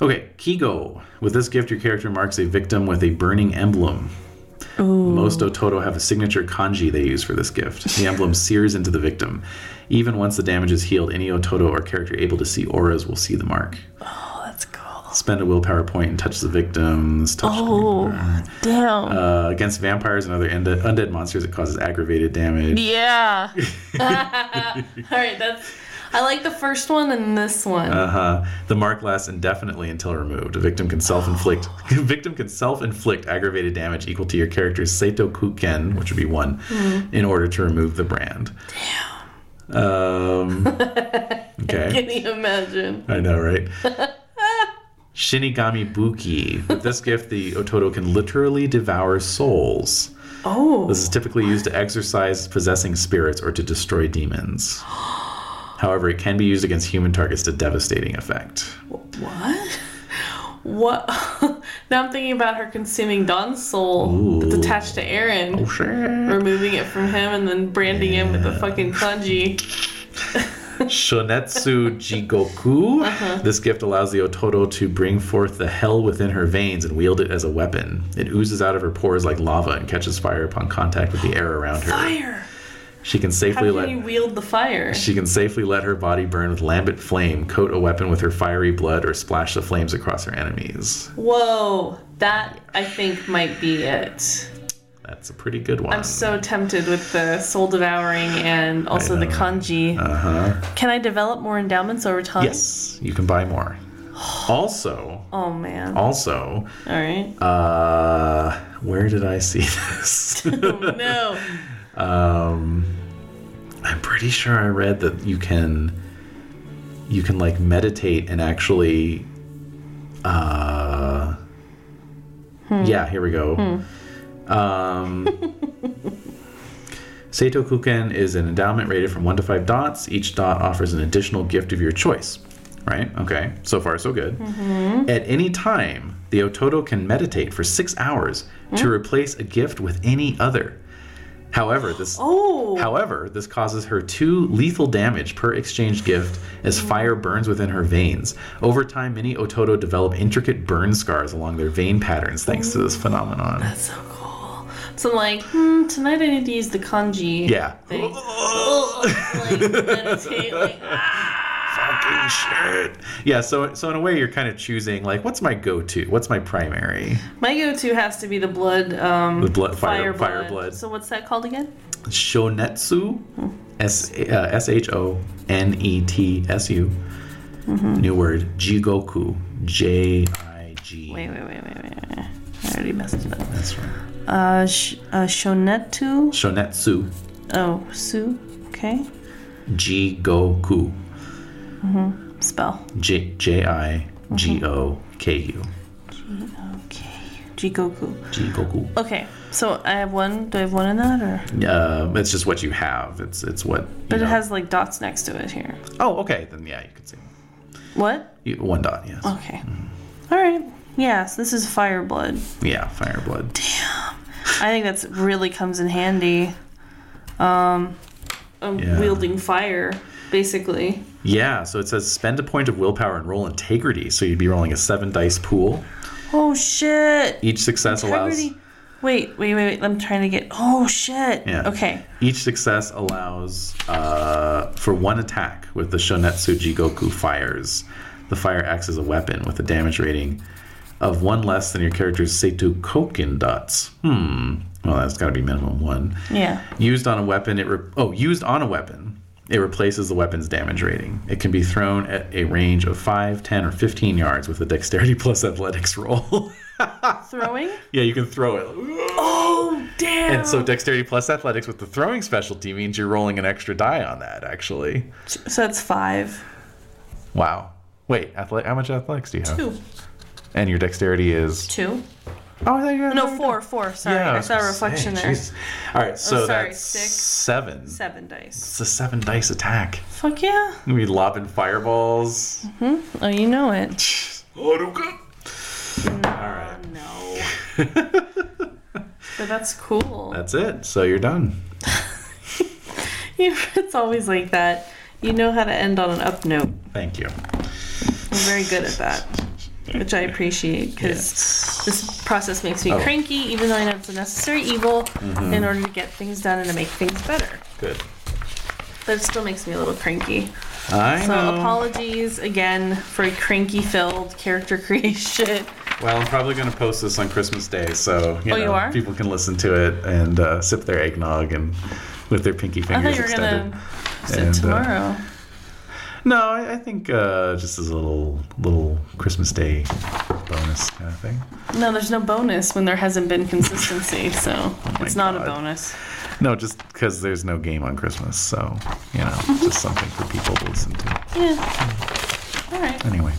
Okay, Kigo. With this gift, your character marks a victim with a burning emblem. Most Ototo have a signature kanji they use for this gift. The emblem sears into the victim. Even once the damage is healed, any Ototo or character able to see auras will see the mark.
Let's go.
Spend a willpower point and touch the victims. Touch
Oh, damn.
uh, against vampires and other unde- undead monsters, it causes aggravated damage.
Yeah. All right, that's. I like the first one and this one.
Uh-huh. The mark lasts indefinitely until removed. A victim can self-inflict. a victim can self-inflict aggravated damage equal to your character's Seito Kuken, which would be one, in order to remove the brand. Damn. Um, okay.
Can you imagine?
I know, right? Shinigami Buki. With this gift, the Ototo can literally devour souls.
Oh.
This is typically used to exorcise possessing spirits or to destroy demons. However, it can be used against human targets to devastating effect.
What? What? now I'm thinking about her consuming Don's soul that's
Ooh.
attached to Aaron,
Shit.
removing it from him, and then branding him with the fucking kanji.
Shonetsu Jigoku.
Uh-huh.
This gift allows the Ototo to bring forth the hell within her veins and wield it as a weapon. It oozes out of her pores like lava and catches fire upon contact with the air around her.
Fire!
She can
How
safely
can
let
you wield the fire?
She can safely let her body burn with lambent flame, coat a weapon with her fiery blood, or splash the flames across her enemies.
Whoa, that I think might be it.
That's a pretty good one.
I'm so tempted with the soul devouring and also the
know.
kanji.
uh huh.
Can I develop more endowments over time?
Yes, you can buy more. Also,
Oh man. All
also,
right.
uh, where did I see this?
no.
um, I'm pretty sure I read that you can, you can like meditate and actually, uh, yeah, here we go. Um, Seito Kuken is an endowment rated from 1 to 5 dots. Each dot offers an additional gift of your choice. Right? Okay. So far, so good. At any time, the Ototo can meditate for six hours to replace a gift with any other. However, this
Oh.
However, this causes her two lethal damage per exchange gift as fire burns within her veins. Over time, many Ototo develop intricate burn scars along their vein patterns thanks to this phenomenon.
That's so cool. So I'm like, hmm, tonight I need to use the kanji.
Yeah.
Thing. like, meditate, like,
Fucking shit. Yeah, so so in a way you're kind of choosing like what's my go-to? What's my primary?
My go-to has to be the blood. Um,
The blood- fire- fire blood.
So what's that called again?
Shonetsu, S uh, S H O N E T S U. New word, Jigoku, J I G.
Wait, wait, wait, wait, wait. wait. I already messed it up.
That's right.
Uh, sh- uh Shonetu.
Shonetsu,
Oh, Su. Okay.
Jigoku,
Spell.
J J I G O K U,
Okay. Jigoku.
Jigoku.
Okay. So I have one. Do I have one in that or?
Um, it's just what you have. It's it's what. you
But
know.
it has like dots next to it here.
Oh, okay. Then yeah, you could see
What?
You- one dot. Yes.
Okay.
Mm-hmm.
All right. Yes, this is fire blood.
Yeah, fire blood.
I think that's really comes in handy. Um, um,
Yeah.
wielding fire, basically.
Yeah. So it says spend a point of willpower and roll integrity. So you'd be rolling a seven dice pool.
Oh shit!
Each success allows.
Integrity. Wait, wait, wait, wait. I'm trying to get. Oh shit!
Yeah.
Okay.
Each success allows uh, for one attack with the Shonetsu Jigoku fires. The fire acts as a weapon with a damage rating of one less than your character's Seitu Koken dots. Hmm. Well, that's got to be minimum one.
Yeah.
Used on a weapon, it re- oh used on a weapon, it replaces the weapon's damage rating. It can be thrown at a range of 5, 10, or 15 yards with a dexterity plus athletics roll.
Throwing.
yeah, you can throw it.
Oh damn!
And so dexterity plus athletics with the throwing specialty means you're rolling an extra die on that, actually.
so that's five.
Wow. Wait, athlete, how much athletics do you have?
Two.
And your dexterity is.
Two.
Oh, I thought you had
No, four. Four. Sorry,
Yeah,
I,
was
saw a
gonna
reflection
say,
there. Oh,
Jesus. All right, so
sorry,
that's
six.
seven.
Seven dice.
It's a seven dice attack.
Fuck yeah!
We lobbing fireballs.
Oh, you know it.
Haruka. All right,
No. but that's cool.
that's it. So you're done.
You- it's always like that. You know how to end on an up note.
Thank you.
I'm very good at that, which I appreciate because
Yes.
this process makes
Oh.
me cranky, even though I know it's a necessary evil
Mm-hmm.
in order to get things done and to make things better.
Good.
But it still makes me a little cranky.
I
So
know.
apologies again for a cranky-filled character creation.
Well, I'm probably going to post this on Christmas Day, so you
Oh,
know,
you are?
people can listen to it and uh, sip their eggnog and with their pinky
I
fingers
thought you were
extended.
gonna sit
And, uh,
tomorrow.
No, I, I think uh, just as a little little Christmas Day bonus kind of thing.
No, there's no bonus when there hasn't been consistency, so
Oh my
it's not a
God.
bonus.
No, just because there's no game on Christmas, so
Mm-hmm.
you know, just something for people to listen to.
Yeah. All right.
Anyway,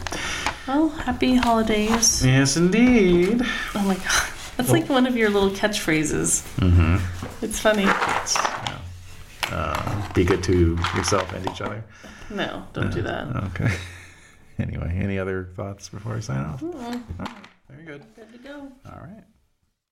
Well, happy holidays.
Yes, indeed.
Oh my god. That's like one of your little catchphrases. Mm-hmm. It's funny.
Uh, be good to yourself and each other.
No, don't do that.
Okay. Anyway, any other thoughts before I sign off? All right, Very good.
There we go.
All right.